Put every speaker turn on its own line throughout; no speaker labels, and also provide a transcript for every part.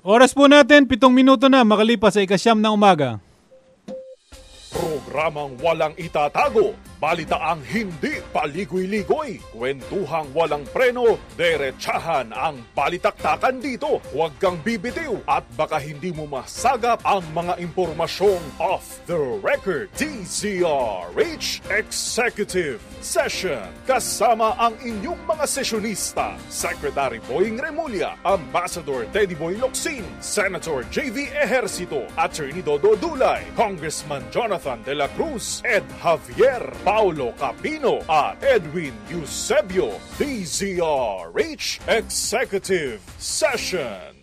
Oras po natin, pitong minuto na makalipas sa ikasyam ng umaga.
Programang walang itatago, balitaang hindi paligoy-ligoy, kwentuhang walang preno, derechahan ang balitaktakan dito. Huwag kang bibitiw at baka hindi mo masagap ang mga impormasyong off the record. DZRH Executive Session kasama ang inyong mga sesyonista, Secretary Boying Remulla, Ambassador Teddy Boy Locsin, Senator JV Ejercito, Attorney Dodo Dulay, Congressman Jonathan de la Cruz, Ed Javier, Paulo Capino, at Edwin Eusebio, DZRH Executive Session.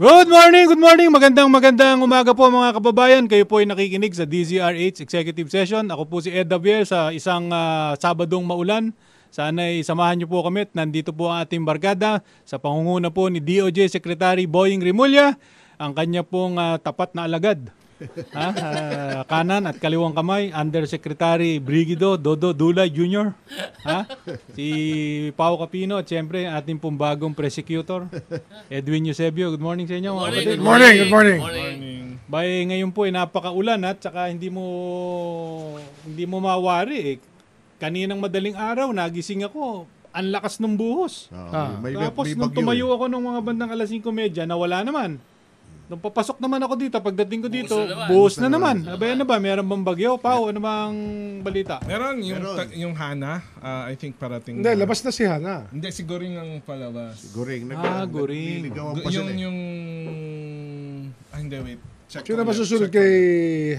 Good morning, good morning. Magandang magandang umaga po mga kababayan. Kayo po ay nakikinig sa DZRH Executive Session. Ako po si Ed Davier sa isang ah, Sabadong maulan. Sana'y samahan niyo po kami at nandito po ang ating barkada sa pangunguna po ni DOJ Secretary Boying Rimulya, ang kanya pong ah, tapat na alagad. ha? Ah, kanan at kaliwang kamay, Undersecretary Brigido Dodo Dula Jr. Ha? Si Pao Capino at siyempre ang ating pong bagong prosecutor, Edwin Eusebio. Good morning sa inyo. mga kapatid.
Good morning, good morning.
Bay, ngayon po ay napakaulan at saka hindi mo hindi mo mawari eh. Kaninang madaling araw nagising ako. Ang lakas ng buhos.
Ah,
Ah.
may, may, may
Tapos nung
bagyo
tumayo
eh.
ako ng mga bandang alas 5 medya, nawala naman. Nung papasok naman ako dito, pagdating ko dito,
na naman.
buhos na naman. Abay ano ba, meron bang bagyo? Pao, ano bang balita?
Meron yung
Meron.
ta- yung Hana, ah, I think parating.
Hindi, Eh,
na.
labas na si Hana.
Hindi siguro yung ang palabas.
Goring. Nag-
Ah, goring.
nililigawan
Gu-
pa
yung
sila eh.
yung ah, hindi wait. Check.
Sino
ulit,
ba susunod
check
kay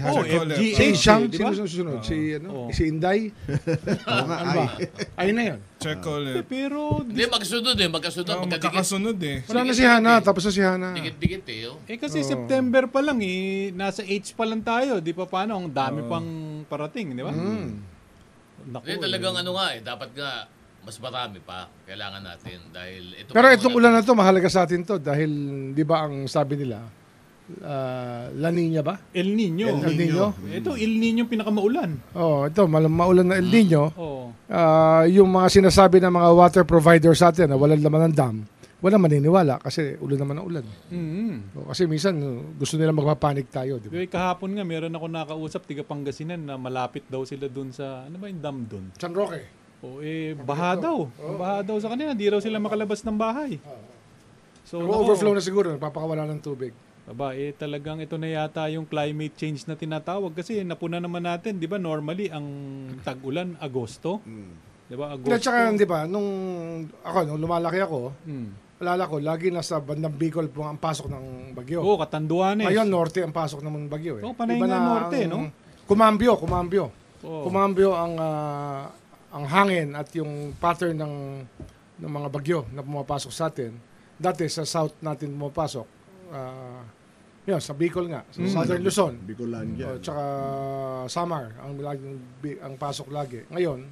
ulit.
Hana?
Oh,
Color.
si
FGH,
Shang,
di
sino
ba?
susunod? Si, ano?
Oo.
si Inday?
Oo nga,
Ano ba?
ay.
Ayun na yan.
Check
Ah.
ulit.
Pero,
Hindi, magsunod eh. Magkasunod.
Oh,
magkadikit.
magkakasunod eh.
Wala na si Hana, tapos na si Hana.
Dikit-dikit eh. oh.
eh kasi September pa lang eh, nasa H pa lang tayo. Di pa paano, ang dami pang parating, di ba?
Mm.
Naku,
Hindi, talagang ano nga eh. Dapat nga, mas marami pa. Kailangan natin. Dahil ito
Pero
pa
itong
muna.
ulan na to, mahalaga sa atin to dahil di ba ang sabi nila, ah, La Nina ba?
El Nino.
El Nino.
Ito, El Nino yung pinakamaulan.
Oh, ito, malam maulan na El Nino.
Oo.
Ah, yung mga sinasabi ng mga water providers sa atin na walang laman ng dam, walang maniniwala kasi ulan naman ang ulan.
Mm.
Oh, kasi minsan oh, gusto nila magpapanik tayo. Di ba?
Yung kahapon nga, meron ako nakausap, tiga Pangasinan, na malapit daw sila dun sa, ano ba yung dam dun?
San Roque.
O eh, baha daw. Baha daw sa kanila. Hindi raw sila makalabas ng bahay. So,
Pero
nako,
overflow na siguro, nagpapakawala ng tubig.
Aba, eh, talagang ito na yata yung climate change na tinatawag kasi napuna naman natin, 'di ba? Normally ang tag-ulan Agosto. 'Di ba? Agosto.
Hindi, tsaka, di ba, nung ako, nung lumalaki ako,
Mm.
alala ko, lagi nasa bandang Bicol po ang pasok ng bagyo.
Oo, Katanduanes.
Ngayon, norte ang pasok ng bagyo. Eh.
Oo, Oh, panay
Iba
nga
na
norte, no?
ang- Kumambyo, kumambyo.
Oo.
Kumambyo ang, ah, ang hangin at yung pattern ng, ng mga bagyo na pumapasok sa atin. Dati sa south natin pumapasok. ah, yun, sa Bicol nga. Sa Southern Luzon.
Bicolandia.
O, tsaka Samar ang laging bi- ang pasok lagi. Ngayon,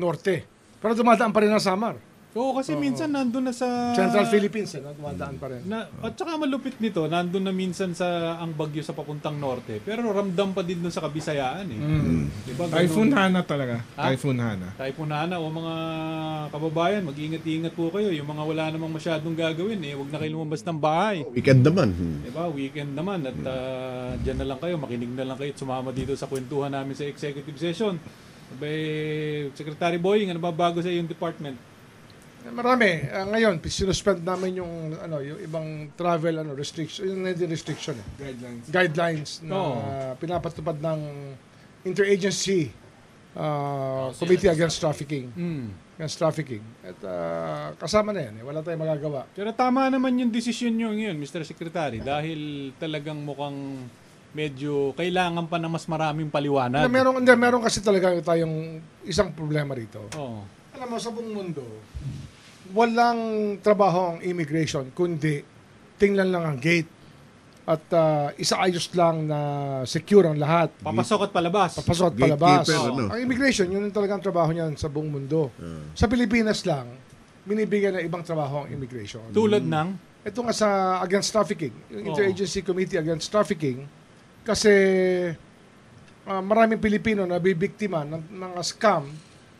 norte. Pero dumadaan pa rin ang Samar.
Oo, kasi minsan nandun na sa
Central Philippines, eh, no? dumadaan pa rin.
Na, at saka malupit nito, nandun na minsan sa ang bagyo sa papuntang norte. Pero ramdam pa din dun sa kabisayaan eh.
Hmm.
Diba, ganun?
Typhoon Hana talaga.
Ha?
Typhoon Hana.
Typhoon Hana o mga kababayan, mag-ingat-ingat po kayo. Yung mga wala namang masyadong gagawin eh, huwag na kayo lumabas ng bahay.
Weekend naman. Hmm.
Diba, weekend naman at ah, dyan na lang kayo, makinig na lang kayo at sumama dito sa kwentuhan namin sa executive session. Abay, Secretary Boying, ano ba bago sa iyong department?
Marami. Ah, ngayon, sinuspend namin yung ano, yung ibang travel ano restriction, yung hindi restriction eh.
Guidelines.
Guidelines na
Oo.
pinapatupad ng interagency ah, Committee Against Trafficking.
Mm.
Against Trafficking. At ah, kasama na yan. Eh. Wala tayong magagawa.
Pero tama naman yung desisyon nyo ngayon, Mr. Secretary, dahil talagang mukhang medyo kailangan pa na mas maraming paliwanag.
Hindi, meron, hindi, meron kasi talaga tayong isang problema rito.
Oo.
Alam mo, sa buong mundo, walang trabaho ang immigration, kundi tingnan lang ang gate. At ah, isaayos lang na secure ang lahat.
Papasok at palabas.
Papasok at
Gatekeeper,
palabas.
ano?
Ang immigration, yun ang talagang trabaho niyan sa buong mundo.
Ah,
Sa Pilipinas lang, binibigyan ng ibang trabaho ang immigration.
Tulad ng...
Ito nga sa Against Trafficking, yung
Oo.
Interagency Committee Against Trafficking, kasi ah, maraming Pilipino na bibiktima ng mga scam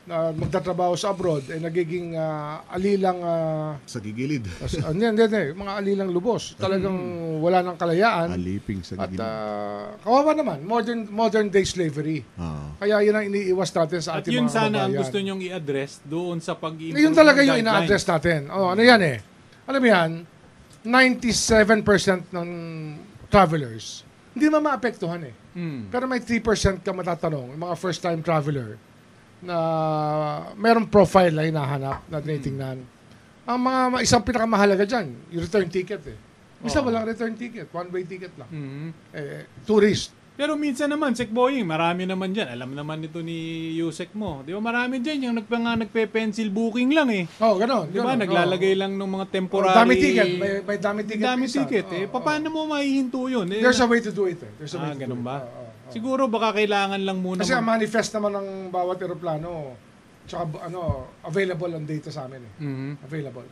na magtatrabaho sa abroad ay nagiging ah, alilang ah,
Sa gigilid.
as- ah, hindi, hindi, hindi, mga alilang lubos. Talagang
Mm.
wala ng kalayaan
Aliping sa
at
gigilid.
ah, kawawa naman, modern modern day slavery.
Oo.
Kaya yun ang iniiwas natin sa
At
ating
yun
mga
sana ang
kababayan.
gusto nyong i-address doon sa pag
Eh, Yun talaga yung ina-address natin. Oh, ano yan eh. Alam mo yan, 97% ng travelers, hindi naman maapektuhan eh.
Hmm.
Pero may 3% ka matatanong, yung mga first-time traveler, na merong profile na hinahanap na tinitingnan.
Hmm.
Ang mga ma- isang pinakamahalaga dyan, yung return ticket eh. Minsan walang return ticket, one-way ticket lang.
Hmm.
Eh, tourist.
Pero minsan naman, Sek Boying, marami naman dyan. Alam naman ito ni Yusek mo. Di ba marami dyan yung nagpa nga nagpe-pencil booking lang eh.
Oh, ganon.
Di ba?
ganon,
Naglalagay
oh.
lang ng mga
Oh,
temporary...
Dami ticket. May, may dami ticket.
Dami
minsan.
ticket. Eh,
Oh, oh.
paano mo maihinto yun? Eh,
There's a way to do it. eh. There's a
ah,
way to
ganun
do
ba?
it. Oo, oo, oo.
Siguro baka kailangan lang muna...
Kasi ang
mag-
manifest naman ng bawat eroplano, tsaka bu- ano, available ang data sa amin eh.
Mhm.
Available.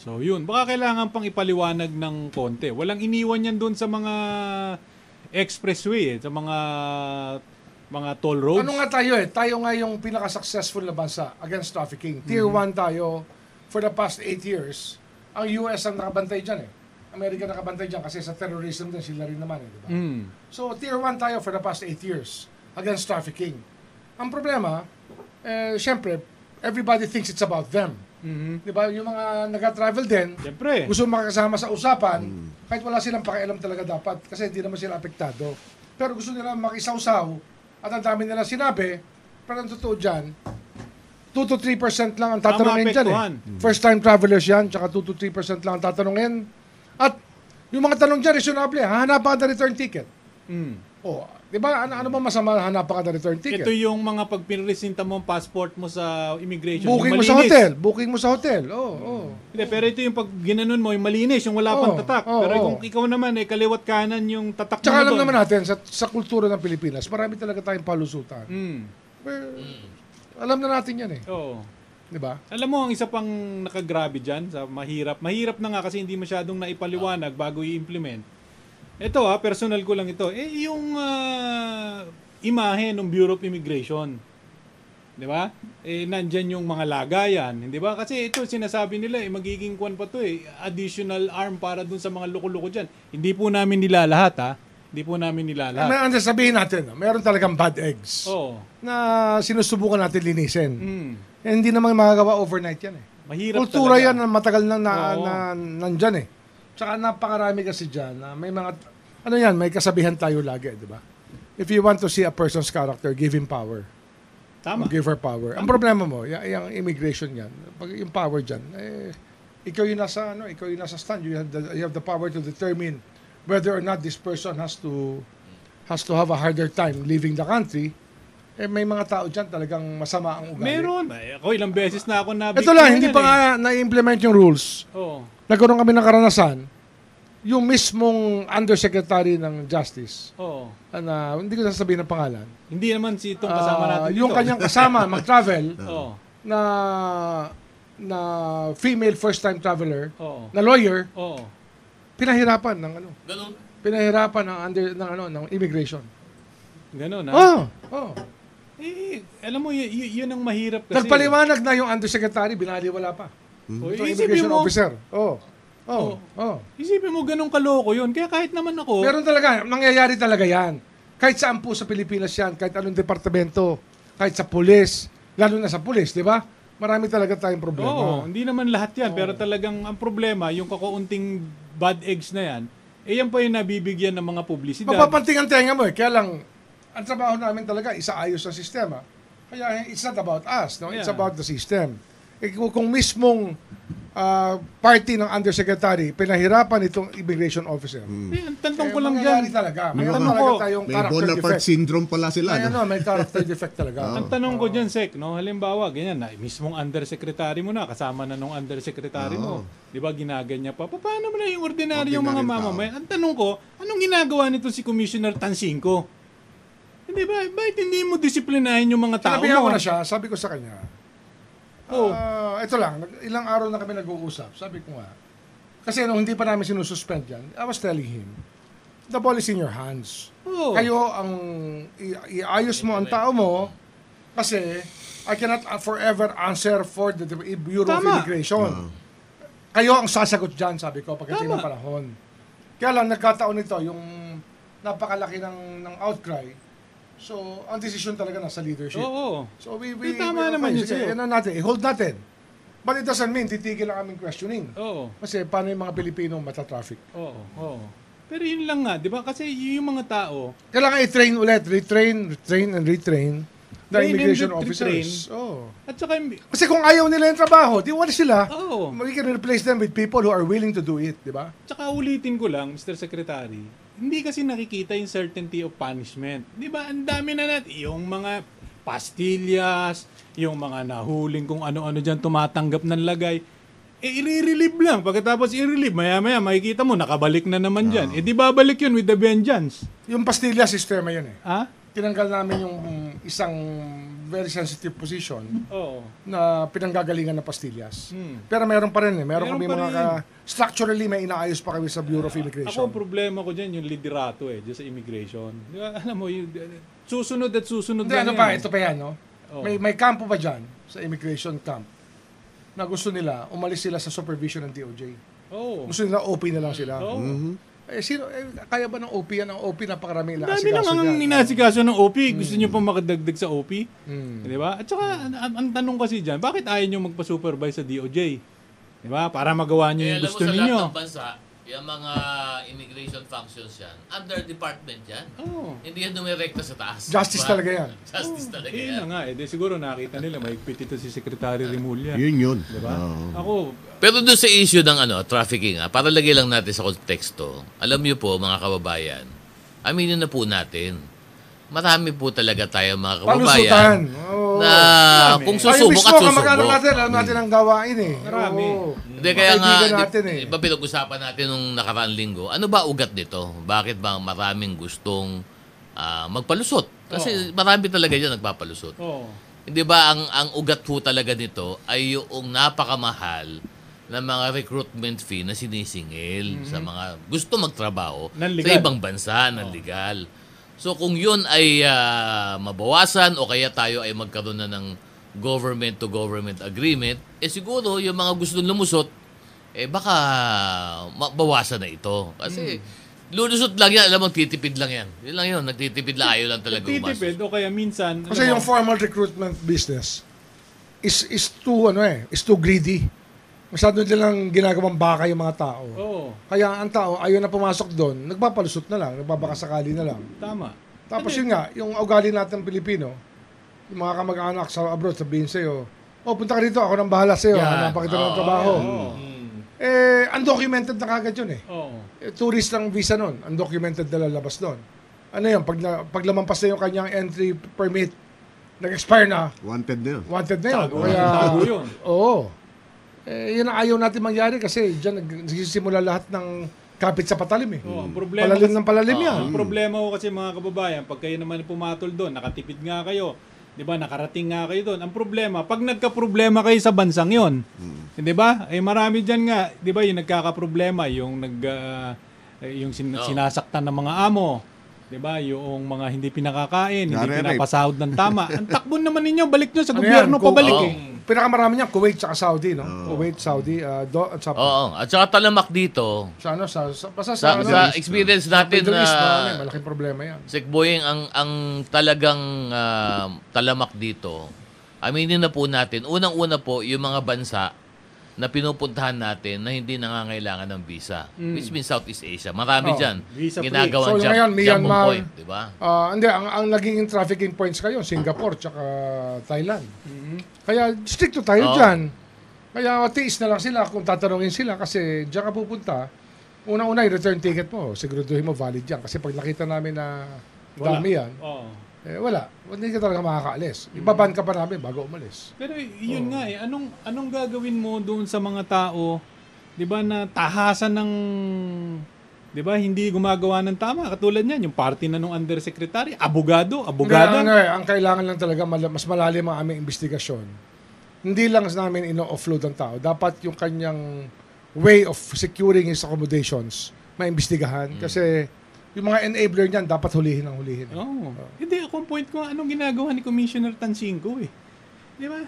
So yun, baka kailangan pang ipaliwanag ng konti. Walang iniwan yan doon sa mga expressway eh, sa mga mga toll roads.
Ano nga tayo eh, tayo nga yung pinaka-successful na bansa against trafficking. Tier
Mm-hmm.
1 tayo for the past 8 years. Ang US ang nakabantay dyan eh. Amerika nakabantay dyan kasi sa terrorism din sila rin naman eh, di ba?
Mm.
So, tier 1 tayo for the past 8 years against trafficking. Ang problema, eh, syempre, everybody thinks it's about them.
Mhm.
Di ba? Yung mga nag-travel din,
Siyempre.
gusto makakasama sa usapan, kahit wala silang pakialam talaga dapat kasi hindi naman sila apektado. Pero gusto nila makisawsaw at ang dami nila sinabi, pero ang totoo dyan, 2 to 3% lang ang tatanungin dyan eh.
maapektuhan.
First time travelers yan, tsaka 2 to 3% lang ang tatanungin. At yung mga tanong dyan, reasonable. eh. Hahanapan ka ng return ticket.
Mm.
O, di ba? Ano, ano ba masama na hanapan ka ng return ticket?
Ito yung mga pagpinresinta mo ang passport mo sa immigration.
Booking
yung
mo sa
malinis.
hotel. Booking mo sa hotel. Oh, Oo, oo.
Hindi, pero ito yung pag ginanon mo, yung malinis, yung wala pang
Oo,
tatak.
oo,
pero
oo.
kung ikaw naman, eh, kaliwat kanan yung tatak mo
Tsaka alam
doon.
naman natin, sa, sa kultura ng Pilipinas, marami talaga tayong palusutan.
Mm.
Well, alam na natin yan eh.
Oo.
Di ba?
Alam mo, ang isa pang nakagrabe dyan, sa mahirap, mahirap na nga kasi hindi masyadong naipaliwanag bago i-implement. Ito ah, personal ko lang ito. Eh, yung ah, imahe ng Bureau of Immigration. Di ba? Eh, nandyan yung mga lagayan. Hindi ba? Kasi ito, sinasabi nila, eh, magiging kwan pa to eh. Additional arm para dun sa mga loko-loko dyan. Hindi po namin nilalahat ah. Hindi po namin
May
nilalahat.
ano sabihin natin, no? meron talagang bad eggs
Oo.
na sinusubukan natin linisin.
Mm.
Eh, hindi naman magagawa overnight yan eh.
Mahirap
Kultura
talaga.
yan ah. na matagal na, na,
Oo.
na nandyan eh. Tsaka napakarami kasi dyan na may mga, ano yan, may kasabihan tayo lagi, di ba? If you want to see a person's character, give him power.
Tama.
Or give her power. Ang problema mo, y- yung immigration yan, pag yung power dyan, eh, ikaw yung nasa, ano, ikaw yung nasa stand, you have, the, you have the power to determine whether or not this person has to has to have a harder time leaving the country. Eh, may mga tao dyan talagang masama ang ugali.
Meron. Ay, Ako ilang beses na ako na
Ito lang,
yan,
hindi pa
eh.
nga na-implement yung rules.
Oo.
Nagkaroon kami ng karanasan, yung mismong undersecretary ng justice,
Oo.
na, hindi ko sasabihin ang pangalan,
Hindi naman si itong kasama
ah,
natin dito.
yung kanyang kasama mag-travel,
Oo.
na na female first time traveler
Oo.
na lawyer
Oo.
pinahirapan ng ano
Ganun.
pinahirapan ng under ng ano ng immigration
Ganun, ha?
oh oh
Eh, alam mo, y- y- yun ang mahirap kasi.
nagpaliwanag na yung undersecretary binaliwala pa
O,
Itong
isipin
immigration
mo,
officer oh oh oh
isipin mo ganun kaloko yun. Kaya kahit naman ako,
meron talaga nangyayari talaga yan kahit saan po sa Pilipinas yan kahit anong departamento kahit sa pulis lalo na sa pulis di ba marami talaga tayong problema
Oo, hindi naman lahat yan. Pero talagang ang problema, yung kakaunting bad eggs na yan, eh yan pa yung nabibigyan ng mga publisidad.
Mapapanting ang tenga mo eh. Kaya lang, ang trabaho namin talaga, isaayos ang sistema. Kaya it's not about us, no? It's
Yeah.
about the system. Eh, kung, kung mismong ah, party ng undersecretary, pinahirapan itong immigration officer.
Eh, ang tantong
eh,
ko lang dyan.
mangyayari talaga. Mayroon
Tanong
talaga
ko,
Hmm.
tayong
May
character
Bonaparte
defect.
syndrome pala sila.
May, ano,
no? Ah.
may character defect talaga.
Ang tanong
Oh.
ko dyan, Sek, no? halimbawa, ganyan, na, mismong undersecretary mo na, kasama na nung undersecretary mo.
Oh.
Di ba, ginaganyan pa. Pa- Paano mo na yung ordinaryong
Ordinaryong
mga
tao.
mamamayan? Ang tanong ko, anong ginagawa nito si Commissioner Tansinko? Hindi ba, bakit hindi mo disiplinahin yung mga tao Oh.
Sinabihan
mo?
ko na siya, sabi ko sa kanya,
Oo.
"Ah, ito lang, nag- ilang araw na kami nag-uusap. Sabi ko nga, kasi nung hindi pa namin sinususpend yan, I was telling him, the ball is in your hands.
Oo.
Kayo ang i- iayos mo ang tao mo kasi I cannot uh, forever answer for the the Bureau
Tama.
of Immigration.
Ah.
Ah,
Kayo ang sasagot dyan, sabi ko, pagdating
Tama.
ng panahon. Kaya lang, nagkataon nito, yung napakalaki ng, ng outcry. So, ang decision talaga nasa leadership.
Oo.
So, we,
Eh,
we,
tama
we-
naman
okay,
yun
sige,
sa'yo.
ano natin, eh, hold natin. But it doesn't mean, titigil ang aming questioning.
Oo.
Kasi paano yung mga Pilipino matatraffic?
Oo. Oo. Pero yun lang nga, di ba? Kasi yung mga tao,
Kailangan i-train ulit, retrain, retrain, and retrain the
Train and
immigration
retrain.
officers. Oh.
at saka, yung-
Kasi kung ayaw nila yung trabaho, di wala sila.
Oo.
We can replace them with people who are willing to do it, di ba?
Tsaka ulitin ko lang, Mr. Secretary, hindi kasi nakikita yung certainty of punishment. Di ba? Ang dami na natin. Yung mga pastillas, yung mga nahuling kung ano-ano dyan tumatanggap ng lagay. Eh, i-relieve lang. Pagkatapos i-relieve, maya-maya makikita mo, nakabalik na naman
Ah.
dyan. Eh, di babalik yun with the vengeance.
Yung pastilya sistema yun eh.
Ha?
Tinanggal namin yung mm, isang very sensitive position
Oo.
na pinanggagalingan ng pastillas.
Hmm.
Pero meron pa rin eh. Meron,
Meron
kami
pa
mga
rin.
ka- structurally may inaayos pa kami sa Bureau of
Ako,
Immigration.
ang problema ko dyan, yung liderato eh, dyan sa immigration. Di ba, alam mo, yung, susunod at susunod
Hindi,
lang
ano
yan. eh. Oh.
pa, ito pa yan, no?
Oo.
May, may kampo pa dyan sa immigration camp na gusto nila, umalis sila sa supervision ng DOJ.
Oo.
Gusto nila, OP na lang sila.
Oo.
Eh, sino, eh, kaya ba ng OP yan? Ang OP, napakarami
Ang
nila.
Dami lang ang inasikaso
ah.
ng OP. Gusto nyo pang makadagdag sa OP?
Hmm.
Di ba? At saka, ang, ang- ang tanong kasi dyan, bakit ayaw nyo magpa-supervise sa DOJ? Di ba? Para magawa nyo
Eh,
yung
alam mo
Hmm, gusto
sa lahat
ninyo.
ng bansa, yung mga immigration functions yan, under department yan.
Oo.
Hindi yan dumirekta sa taas.
Justice
Diba?
talaga yan.
Justice talaga
Eh, yun
yan.
na nga. Eh, di siguro nakita nila, mahigpit ito si Secretary Remulla.
Yun yun. Ah,
Di ba?
Oo.
Ako,
Pero doon sa issue ng ano, trafficking, ah, para lagay lang natin sa konteksto, alam niyo po mga kababayan, aminin na po natin, marami po talaga tayo mga
Palusutan.
kababayan
Oo.
na
Marami.
kung
Ayun
susubok at
mismo, kamag-anak
susubok.
natin, alam natin ang gawain eh.
Hmm. Marami.
Oo.
Hindi, kaya nga,
Kaibigan natin
natin,
eh.
iba pinag-usapan natin nung nakaraang linggo, ano ba ugat nito? Bakit ba maraming gustong ah, magpalusot? Kasi marami talaga dyan nagpapalusot.
oo.
Hindi ba ang ang ugat po talaga nito ay yung napakamahal na mga recruitment fee na sinisingil sa mga gusto magtrabaho
Nanligal.
sa ibang bansa ng legal. So kung yun ay ah, mabawasan o kaya tayo ay magkaroon na ng government to government agreement, eh siguro yung mga gusto lumusot eh baka mabawasan na ito. Kasi lulusot lang yan, alam mo, titipid lang yan. Yun lang yun, nagtitipid lang, ayaw lang talaga
Titipid o kaya minsan... ano,
Kasi
alam
yung
mo,
formal recruitment business is is too ano eh, is too greedy. Masyado nilang ginagawang baka yung mga tao.
Oo,
Kaya ang tao ayaw na pumasok doon, nagpapalusot na lang, nagbabakasakali na lang.
tama.
Tapos yun nga, yung ugali natin ng Pilipino, yung mga kamag-anak sa abroad sabihin sa'yo, oh punta ka dito, ako nang bahala sa'yo,
Yan.
napakita ng
Oo,
trabaho.
Oo.
Eh, undocumented na kagad yun eh.
Oo.
Eh, Tourist ang visa nun, undocumented na lalabas doon. Ano yun, pag, na, pag lamampas na yung kanyang entry permit, nag-expire na,
Wanted na yun.
wanted na yun.
Tago,
Kaya,
tago yun.
Oo. Eh, yun ang ayaw natin mangyari kasi dyan nag- nagsisimula lahat ng kapit sa patalim eh.
Oo, oh, ang problema
Palalim
kasi-
ng palalim
Oo.
yan.
Ang Ah, problema ko kasi mga kababayan, pag kayo naman pumatol doon, nakatipid nga kayo, 'di ba? Nakarating nga kayo doon. Ang problema, pag nagka-problema kayo sa bansang 'yon, 'di ba? Eh marami diyan nga, 'di ba, yung nagkaka-problema, yung nag ah, eh, yung sin-
Oo.
sinasaktan ng mga amo, 'di ba? Yung mga hindi pinakakain, hindi
Nare-rape.
pinapasahod ng tama. Ang takbo naman ninyo, balik nyo sa
Ano
gobyerno
yan? Kung-
pabalik
Oo.
eh.
Pinakamarami niya, Kuwait at Saudi, no? Kuwait, Saudi, ah, do, at sa,
Oo, at saka talamak dito,
sa ano, sa, sa, basta sa,
sa,
ano,
sa ah, experience natin
Middle
na
East, marami, malaking problema yan.
Sikboying ang ang talagang ah, talamak dito. Aminin na po natin, unang-una po yung mga bansa na pinupuntahan natin na hindi nangangailangan ng visa. Which means Southeast Asia.
Mm. Oh,
Marami dyan.
visa free.
Ginagawang
So, yung
jump,
ngayon,
jumping
Myanmar.
point, di ba?
Ah, hindi, ang, ang naging trafficking points kayo, Singapore, tsaka Thailand. Kaya strict to tayo
Oo.
dyan. Kaya tiis na lang sila kung tatanungin sila kasi dyan ka pupunta. Unang-una, yung return ticket mo, siguraduhin mo valid yan. Kasi pag nakita namin na
Wala.
dami yan,
Oo.
eh, wala. Hindi ka talaga makakaalis. Ibaban ka pa namin bago umalis.
Pero yun
Oh.
nga eh, anong anong gagawin mo doon sa mga tao, 'di ba na tahasan ng 'di ba hindi gumagawa ng tama katulad niyan yung party na nung undersecretary, abogado,
Ang,
abogada.
ang, eh, ang kailangan lang talaga, mala- mas malalim ang aming investigasyon. Hindi lang namin ino-offload ang tao. Dapat yung kanyang way of securing his accommodations maimbestigahan.
Mm.
Kasi yung mga enabler niyan, dapat
Oh.
hulihin ang hulihin.
Oo. Hindi ako ang point ko anong ginagawa ni Commissioner Tansinko eh. Di ba?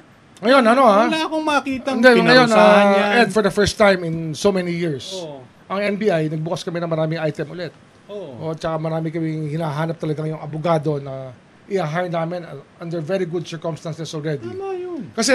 Ngayon, ano ha?
Wala akong makitang
Hindi, ngayon,
pinangusahan
ah,
yan. Oh.
Ed, for the first time in so many years,
Oo.
ang NBI, nagbukas kami ng maraming item ulit.
Oo.
O, tsaka marami kaming hinahanap talaga yung abogado na i-hire namin uh, under very good circumstances already.
Tama yun.
Kasi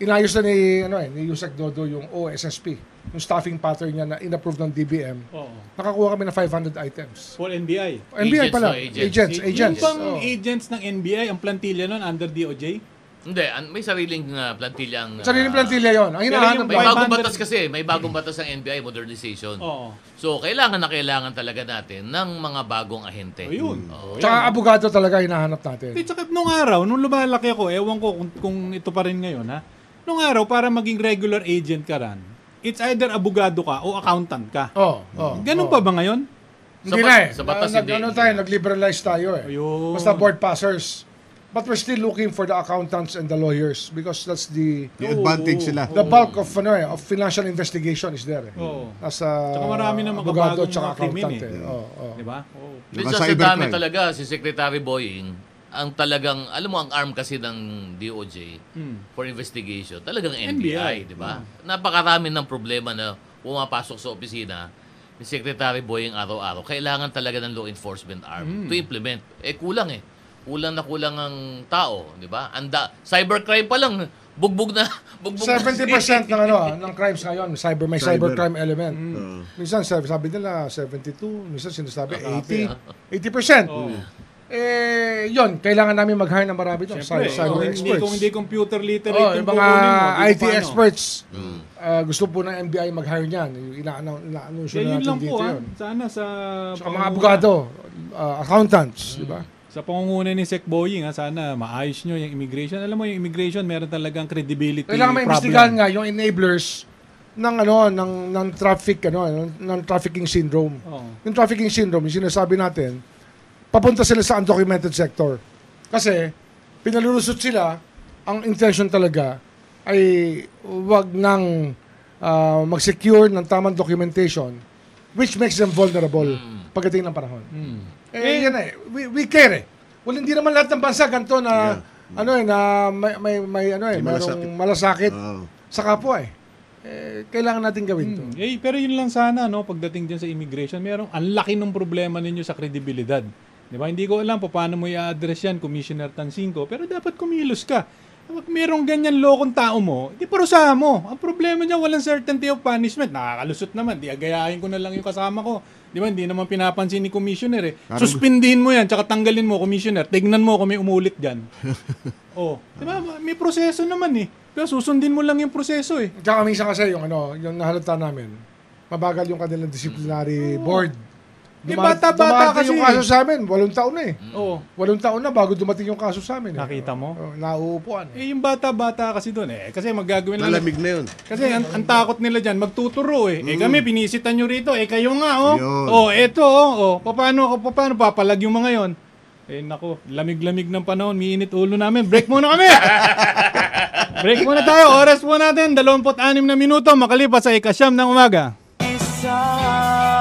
inayos na ni ano eh, ni Yusek Dodo yung OSSP, yung staffing pattern niya na inapprove ng DBM.
Oo.
Nakakuha kami ng 500 items.
Oh, For NBI.
NBI
Agents
pala.
na agents.
Agents, Oh. agents.
Yung pang
Oo.
agents ng NBI, ang plantilla nun under DOJ.
Hindi, an- may sariling uh, plantilla ang... ah,
Sariling plantilla yon. Ang hinahanap
yung
May
ba?
bagong
500
batas kasi. May bagong batas ang NBI, modernization.
Oh.
Oo.
So, kailangan na kailangan talaga natin ng mga bagong
O
ahente.
yun.
Oo.
Tsaka abogado talaga hinahanap natin.
Eh, tsaka nung araw, nung lumalaki ako, ewan ko kung, kung ito pa rin ngayon, ha? Nung araw, para maging regular agent ka ran, it's either abogado ka o accountant ka.
Oo. oo,
Ganun
oo.
pa ba ngayon?
Oh, Hindi na
Sa bat-
eh.
sa batas
Na- nag-
hindi.
ano tayo, nag-liberalize tayo eh.
Ayun.
Basta board passers. But we're still looking for the accountants and the lawyers because that's the
Yung advantage sila.
the bulk of ano eh, of financial investigation is there eh.
Oo.
As
Tsaka marami na mga
abogado
bagong
tsaka
mga krimen
accountant
eh.
eh. Oo, oo.
Di ba?
Dito
Saka
sa dami
cybercrime.
talaga, si Secretary Boying, ang talagang, alam mo, ang arm kasi ng DOJ for investigation, talagang NBI,
NBI,
di ba? Napakarami ng problema na pumapasok sa opisina ni Secretary Boying araw-araw. Kailangan talaga ng law enforcement arm to implement. Eh, kulang eh. Kulang na kulang ang tao, di ba? Anda, cybercrime pa lang, bugbog na, bugbog na.
70% ng ano ah, ng crimes ngayon cyber may
Cyber.
cybercrime element.
Mm.
Oo.
Minsan sabi, sabi nila 72, minsan sinasabi
Nakakapi,
80. 80%. Eh, yon kailangan namin mag-hire ng marami doon. Cyber,
Siyempre,
cyber
kung, hindi,
experts.
kung hindi computer literate
Oh, yung mga
kukunin mo, di ano.
IT
ko paano.
experts.
Mm.
Ah, gusto po ng MBI mag-hire niyan. Yung ina-announce ina-anunsyo
Kaya
na
yun
natin
lang po, ah.
dito
ha?
yun.
Sana sa...
Tsaka mga
pangunguna-
abogado, ah, accountants, di ba?
Sa pangunguna ni Sec Boying, ha? Sana maayos nyo yung immigration. Alam mo, yung immigration, meron talagang credibility
Kailangan may imbestigahan
problem.
nga yung enablers ng ano ng ng traffic ano ng, ng trafficking syndrome.
Oo.
Yung trafficking syndrome, yung sinasabi natin, papunta sila sa undocumented sector. Kasi pinalulusot sila, ang intention talaga ay wag nang ah, mag-secure ng tamang documentation which makes them vulnerable pagdating ng panahon. Eh, yan eh. We, we care eh. Well, hindi naman lahat ng bansa ganito na ano eh na may may, may ano eh,
May malasakit.
merong malasakit
Oo.
sa kapwa eh. eh. Kailangan natin gawin to.
Eh, pero yun lang sana, no, pagdating dyan sa immigration, merong ang laki ng problema ninyo sa kredibilidad. Di ba? Hindi ko alam pa paano mo i-address yan, Commissioner Tansinko, pero dapat kumilos ka. Pag merong ganyan lokong tao mo, di parusahan mo. Ang problema niya, walang certainty of punishment. Nakakalusot naman. Di agayahin ko na lang yung kasama ko. Di ba? Hindi naman pinapansin ni Commissioner eh. Suspindihin mo yan, tsaka tanggalin mo, Commissioner. Tignan mo kung may umulit dyan. oh, di ba? May proseso naman eh. Pero susundin mo lang yung proseso eh.
Tsaka minsan kasi yung ano, yung nahalata namin, mabagal yung kanilang disciplinary board.
Yung Hmm.
Duma-
bata-bata
dumating
kasi. eh.
yung
Hmm.
kaso sa amin, walong taon na eh.
Oo.
Walong taon na bago dumating yung kaso sa amin. Eh.
Oh. Nakita mo?
Oh, nauupuan. Eh.
Eh, yung bata-bata kasi doon eh. Kasi magagawin lang.
Malamig na yun.
Kasi ang, ang takot nila dyan, magtuturo eh. Eh kami, pinisitan nyo rito. Eh kayo nga oh.
Yun.
Oh, eto oh. oh. Paano, paano papalag yung mga yon? Eh nako, lamig-lamig ng panahon, miinit ulo namin. Break muna kami! Break muna tayo. Oras po natin, 26 na minuto makalipas sa ikasyam ng umaga.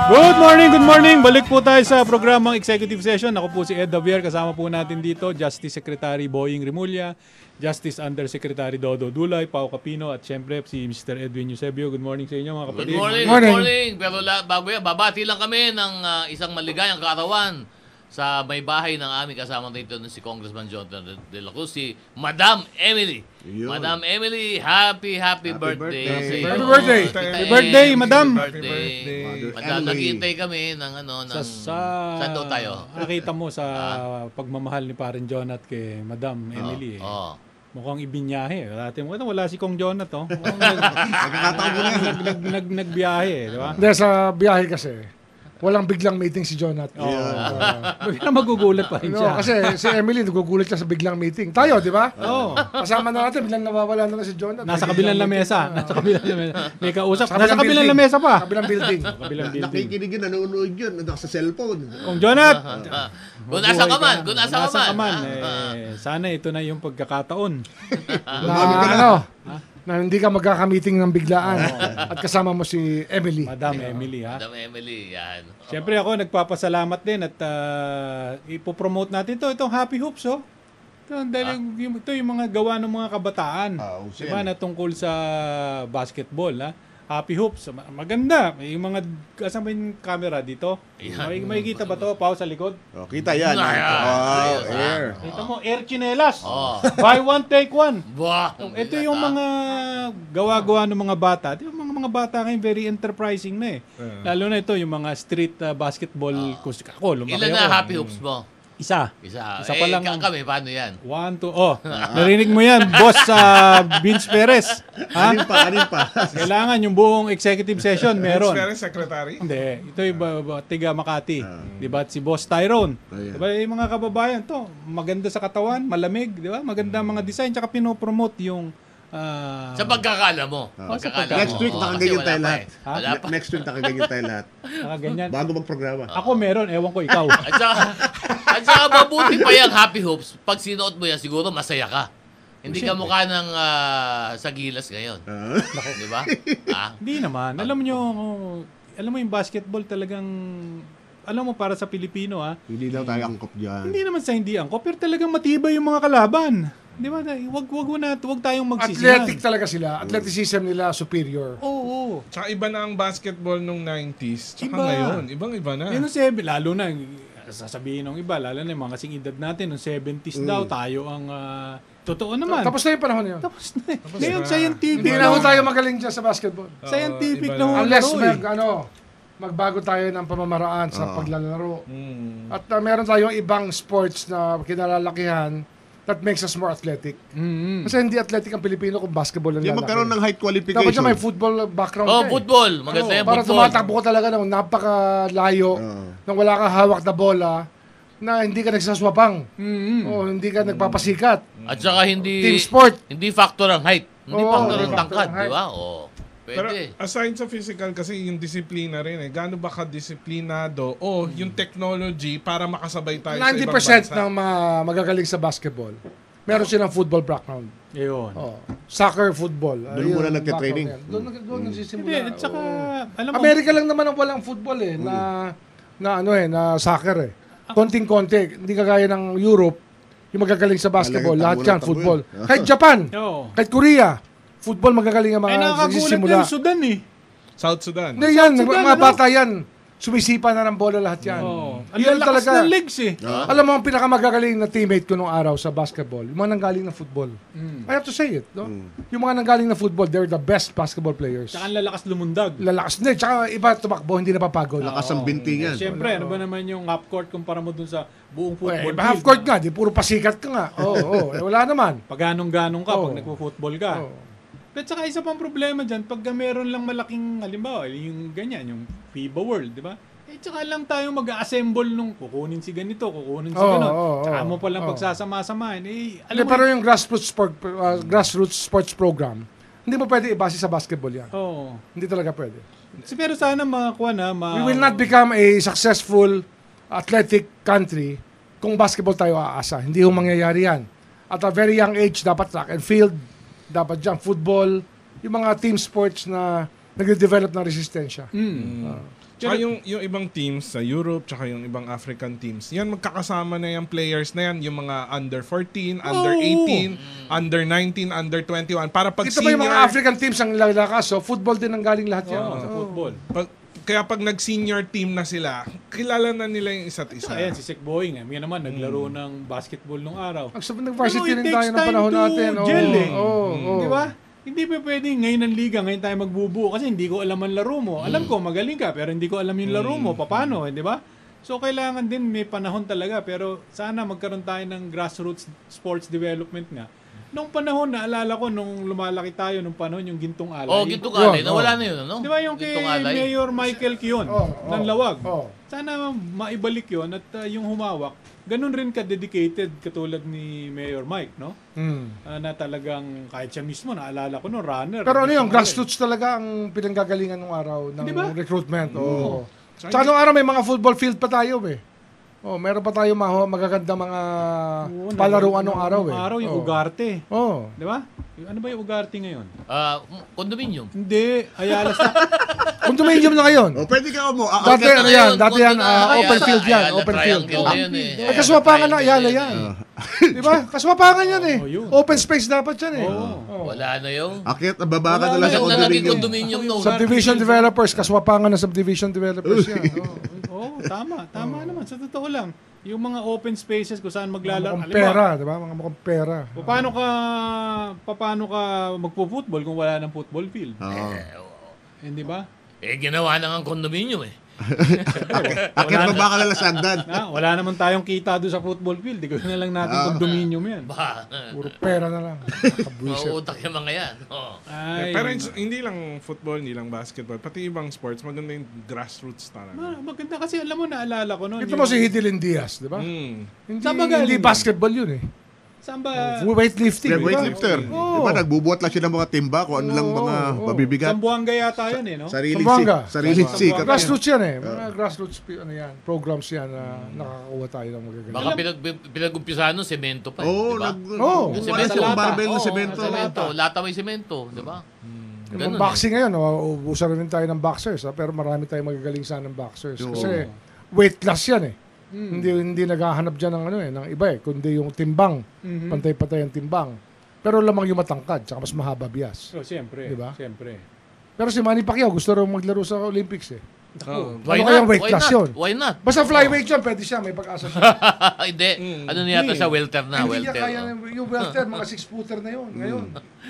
Good morning, good morning. Balik po tayo sa programang Executive Session. Ako po si Ed Davier. Kasama po natin dito Justice Secretary Boying Rimulya, Justice Undersecretary Dodo Dulay, Pao Capino, at syempre si Mr. Edwin Eusebio. Good morning sa inyo mga kapatid.
Good morning,
Morning.
good morning. Pero la, bago yan, babati lang kami ng ah, isang maligayang kaarawan sa may bahay ng aming kasama dito na si Congressman Jonathan de- De La Cruz, si Madam Emily.
Yun.
Madam Emily, happy, happy, birthday. eh.
birthday.
sa iyo.
Happy birthday.
Tita
Happy
Em,
birthday, Madam.
Happy birthday.
Happy
birthday.
Madadagintay kami ng ano, ng...
Sa, sa,
Saan daw tayo? Ah.
Nakita mo sa pagmamahal ni Parin Jonat kay Madam Emily. eh.
Oh.
Mukhang ibinyahe. eh. Wala, atin- wala, wala si Kong Jonat oh. Mukhang
Pagkakataon ko na.
nag, nag, nag, nag, nagbiyahe eh, di ba?
Hindi, sa biyahe kasi, walang biglang meeting si Jonathan.
Oh.
Oh.
Bigla magugulat pa rin
No,
siya.
kasi si Emily nagugulat siya sa biglang meeting. Tayo, di ba?
Oo.
Kasama na natin, biglang nawawala na lang si Jonathan.
Nasa kabilang lamesa. Nasa kabilang lamesa. May kausap. Nasa kabilang
building.
lamesa pa.
Kabilang building.
Kabilang building. Ah,
Nakikinig yun, nanonood yun. Nandang sa cellphone.
Kung Jonat!
Ah, Kung nasa ka man, kung nasa Ah,
nasa
ka man.
eh, sana ito na yung pagkakataon.
na, ano, na hindi ka magkakamiting ng biglaan. At kasama mo si Emily.
Madam Emily, ha?
Madam Emily, yan.
Siyempre ako, nagpapasalamat din at ah, ipopromote natin to Itong Happy Hoops, oh. Ito, dahil yung, yung- ito yung mga gawa ng mga kabataan.
Ah, uso
diba,
yan eh.
na tungkol sa basketball. Ha? Happy Hoops. Ma- Maganda. May mga, asan ba yung camera dito?
Ayan.
May, makikita ba to? Pao sa likod?
Oh,
O, kita yan.
Ayan.
Wow,
Ayan.
air.
Ito mo, air chinelas.
Oh.
Buy one, take one.
Bah,
Ito yung mga gawa-gawa ng mga bata. Ito Yung mga mga bata ngayon very enterprising na eh. Lalo na ito yung mga street uh, basketball coach ako. Lumaki
Ah. Ilan
ako.
na happy hoops mo?
Isa.
Isa. Ah.
Isa
eh,
pa lang
ka-
ang-
kami, paano yan?
One, two, oh. Narinig mo yan, boss sa Vince Perez. Ha?
Anin pa, anin pa.
Kailangan yung buong executive session meron.
Experience secretary?
Hindi, ito yung ba- ba- tiga Makati. Di ba? At si Boss Tyrone.
Ayan.
Di ba? Yung mga kababayan to, maganda sa katawan, malamig, di ba? Maganda ang mga design, tsaka pinopromote yung ah,
Sa pagkakala mo. Pagkakala mo.
Ah. Next week,
Oo,
nakaganyan tayo
kasi wala pa
lahat.
eh. Wala pa.
Next week, nakaganyan tayo lahat.
mga ganyan.
Bago magprograma.
Ako meron, ewan ko ikaw.
At saka, at saka mabuti pa yung happy hopes. Pag sinuot mo yan, siguro masaya ka. Hindi
Oh,
ka mukha ng ah, sagilas ngayon. Di ba? Ah,
Hindi naman. Alam nyo, oh, alam mo yung basketball talagang, alam mo para sa Pilipino ha,
Hindi daw tayo angkop dyan.
hindi naman sa hindi angko, pero talagang matibay yung mga kalaban. Di ba? Dahil Wag, wag, wag, na, wag tayong magsisihan.
Athletic talaga sila. Athleticism nila superior.
Oo, oo.
Tsaka iba na ang basketball nung 90s. Tsaka
Iba.
ngayon. Ibang iba
Ah.
na.
Yun ang seven, lalo na, eh, sasabihin ng iba, lalo na yung mga kasing edad natin, noong 70s daw, tayo ang, ah, totoo naman.
Mm. Tapos na yung panahon na yun.
Tapos na. eh. Ngayon, scientific.
Hindi na ho
lang-
tayo magaling dyan sa basketball.
Scientific na
Oo, iba
ho.
na.
Unless
laro eh.
mag, ano, magbago tayo ng pamamaraan sa paglalaro.
Mm.
At uh, meron tayong ibang sports na kinalalakihan that makes us more athletic.
Mm-mm.
Kasi hindi athletic ang Pilipino kung basketball ang
Yung magkaroon ng height qualification.
Dapat siya may football background
Oh,
ka eh.
football. Maganda
Oo,
yung
Para
football.
tumatakbo ka talaga ng napakalayo, nang wala kang hawak na bola, na hindi ka nagsaswapang,
Mm-mm.
Hmm.
o hindi ka nagpapasikat.
At saka hindi...
Team sport.
Hindi factor ang height. Hindi
Oo,
factor
hindi
ang
factor
tangkad.
ang
Di
height.
ba? Oh,
Pero
pwede.
aside sa physical kasi yung disiplina rin eh. Gaano ba ka-disiplinado o yung technology para makasabay tayo sa
90%
ibang bansa?
ng mga magagaling sa basketball, meron silang football background.
Ayun.
Oh, soccer, football.
Doon muna nagte-training.
Doon, nag-
Hmm.
doon nagsisimula.
Hindi, at saka,
oo.
alam mo,
Amerika lang naman ang walang football eh, na, na ano eh, na soccer eh. Konting-konti, hindi kagaya ng Europe, yung magagaling sa basketball, lahat yan,
Talagang tambulan-tambulan.
football. Kahit Japan,
Oo.
kahit Korea, football magagaling ang
Ay,
mga
nakakagulat na
Ah, nagsisimula. Mm.
yung Sudan eh.
South Sudan.
Hindi yan,
Sudan,
mga
ano?
bata yan, sumisipa na ng bola lahat yan.
Oo. Ang
Yun
lalakas ng
talaga.
legs eh.
Ah,
Alam mo, ang pinakamagagaling na teammate ko nung araw sa basketball, yung mga nanggaling na football.
Mm.
I have to say it. No? Yung mga nanggaling na football, they're the best basketball players.
Tsaka ang lalakas lumundag.
Lalakas na. eh. Tsaka iba tumakbo, hindi napapagod.
Lakas ang binti niyan.
Siyempre, ano ba naman yung half court kumpara mo dun sa buong
Eh,
football
iba half court nga, di puro pasikat ka nga. Oo, oh, eh, wala naman.
Pag ganong-ganong ka, pag
Oo.
nagpo-football ka.
Oo.
At saka isa pang problema dyan, pagka meron lang malaking, halimbawa, yung ganyan, yung FIBA World, di ba? Eh, tsaka lang tayo mag-assemble nung kukunin si ganito, kukunin si
Oo,
ganon.
oo,
tsaka
oo.
mo palang
Oo.
pagsasama-samahin. Eh, alam
Hindi,
mo,
pero yung grassroots, sport, uh, grassroots sports program, hindi mo pwede ibase sa basketball yan.
Oo.
Hindi talaga pwede.
Si- Pero sana makakuha na, ma-
We will not become a successful athletic country kung basketball tayo aasa. Hindi yung mangyayari yan. At a very young age, dapat track and field, dapat dyan, football, yung mga team sports na nagde-develop ng resistensya.
Hmm.
Mm.
Tsaka yung, yung ibang teams sa Europe, tsaka yung ibang African teams, yan magkakasama na yung players na yan, yung mga under 14, under
Oh!
Oo.
18, under 19, under 21. Para pag
Ito pa
senior,
yung mga African teams ang lalakas, so football din ang galing lahat yan.
Oo, sa football.
pag- kaya pag nag-senior team na sila, kilala na nila yung isa't isa.
Ayan, si Sek Boeing. Yan naman, naglaro
Mm.
ng basketball nung araw.
Ang sabi ng varsity
Pero it
rin
takes
tayo ng
time
panahon
to
natin. Oo,
gel eh.
oo, oo.
Di ba? Hindi pa pwede ngayon ang liga, ngayon tayo magbubuo kasi hindi ko alam ang laro mo. Alam
Mm.
ko, magaling ka, pero hindi ko alam yung laro mo, paano, eh, di ba? So, kailangan din may panahon talaga, pero sana magkaroon tayo ng grassroots sports development nga. Nung panahon, naalala ko, nung lumalaki tayo, nung panahon, yung gintong alay.
Oh, gintong alay.
Yun,
Nawala na yun, ano?
Di ba yung kay
Gintong alay. Oh,
Mayor Michael Kion
Oo,
ng
oo,
Lawag?
oo.
Sana maibalik yon at uh, yung humawak, ganun rin ka-dedicated katulad ni Mayor Mike, no?
Mm.
Ah, na talagang kahit siya mismo, naalala ko no, runner. eh.
Pero ano yun,
Gintong alay.
grassroots talaga ang pinanggagalingan ng araw ng
Di ba?
recruitment. Oo. Sa anong araw may mga football field pa tayo eh. Oh, meron pa tayo maho, magaganda mga
Oo,
palaruan
nung-
ng araw eh.
nung Araw, yung
Oo.
Ugarte.
Oo.
Di ba? Yung- Ano ba yung Ugarte ngayon?
Ah, condominium.
Hindi, Ayala sa...
Condominium na ngayon.
O, pwede ka mo. Ah,
Dati
Agad na
ano yan,
ngayon,
dati yan,
konti na
ah,
lang.
open field yan,
Ayala
open field. Ah.
triangle na yun eh.
Ay,
Ay,
Ayala
kaswapangan na,
triangle
Ayala
yun
yan.
eh.
Di ba? Kaswapangan yan eh.
Oo, Oh, yun.
Open space dapat yan eh.
Wala na yun.
Akit, baba ka
Wala na
talaga sa
yun,
Yung naging condominium
condominium.
no.
Subdivision developers, kaswapangan na subdivision developers yan. Oo.
Oo, tama. Tama naman. Sa totoo lang. Yung mga open spaces kung saan
Mga
maglalaro.
mukhang
Halimbawa,
pera, di ba? Mga mukhang pera.
O paano ka paano ka magpo-football kung wala ng football field?
Oo.
Hindi ba?
Eh, ginawa na nga ang condominium eh.
Akit, baba ka talaga sa hagdan.
Na, wala naman tayong kita doon sa football field. Di ko na lang natin condominium yan.
Ba,
Puro pera na lang. Kabwisit.
mauutak yung mga yan. Oo.
Ay,
Pero it's- hindi lang football, hindi lang basketball, pati ibang sports, maganda yung grassroots talaga.
ma- maganda kasi alam mo, naalala ko noon.
Ito
yung-
mo si Hidilyn Diaz, di ba?
Mm.
Hindi,
Tama galing.
hindi basketball yun Ah, eh.
Saan ba?
Oh, Weightlifting. di
Kaya
ba?
weightlifter.
Oo.
Diba, nagbubuhat lang siya ng mga timba, kung ano lang mga
Oo.
mabibigat.
Sa Buanga yata yun eh, no?
Sariling si,
Zamboanga.
sariling si.
Grassroots yan eh. Mga grassroots pi- ano yan, programs yan na nakakakuha tayo ng magaganda.
Baka pinag, pinag-umpisahan nun, semento pa. eh,
Oo,
di ba?
nag...
Oo.
Yung
Semento,
semento,
lata.
barbell na
Oo,
semento.
Semento, lata may semento, di ba?
Hmm. Yung
Ganun eh.
mga boxing ngayon, uubusan rin tayo ng boxers. Ha? Pero marami tayong magagaling sana ng boxers.
Oo.
Kasi weight class yan eh. Hindi hindi naghahanap dyan ng ano eh, ng iba eh, kundi yung timbang. Pantay-pantay ang timbang. Pero lamang yung matangkad, tsaka mas mahaba bias.
Oh, siyempre.
Di ba?
Siyempre.
Pero si Manny Pacquiao gusto rin maglaro sa Olympics eh.
Oo.
Ano
Why not?
kayang weight
Why
class
not?
yun?
Why not?
Basta flyweight yan, pwede siya, may pag-asa siya.
Hindi. Ano na yata siya, welter na,
Hmm. Hindi niya
welter.
kaya
oh. Hmm.
yung welter, mga six-footer na yun ngayon.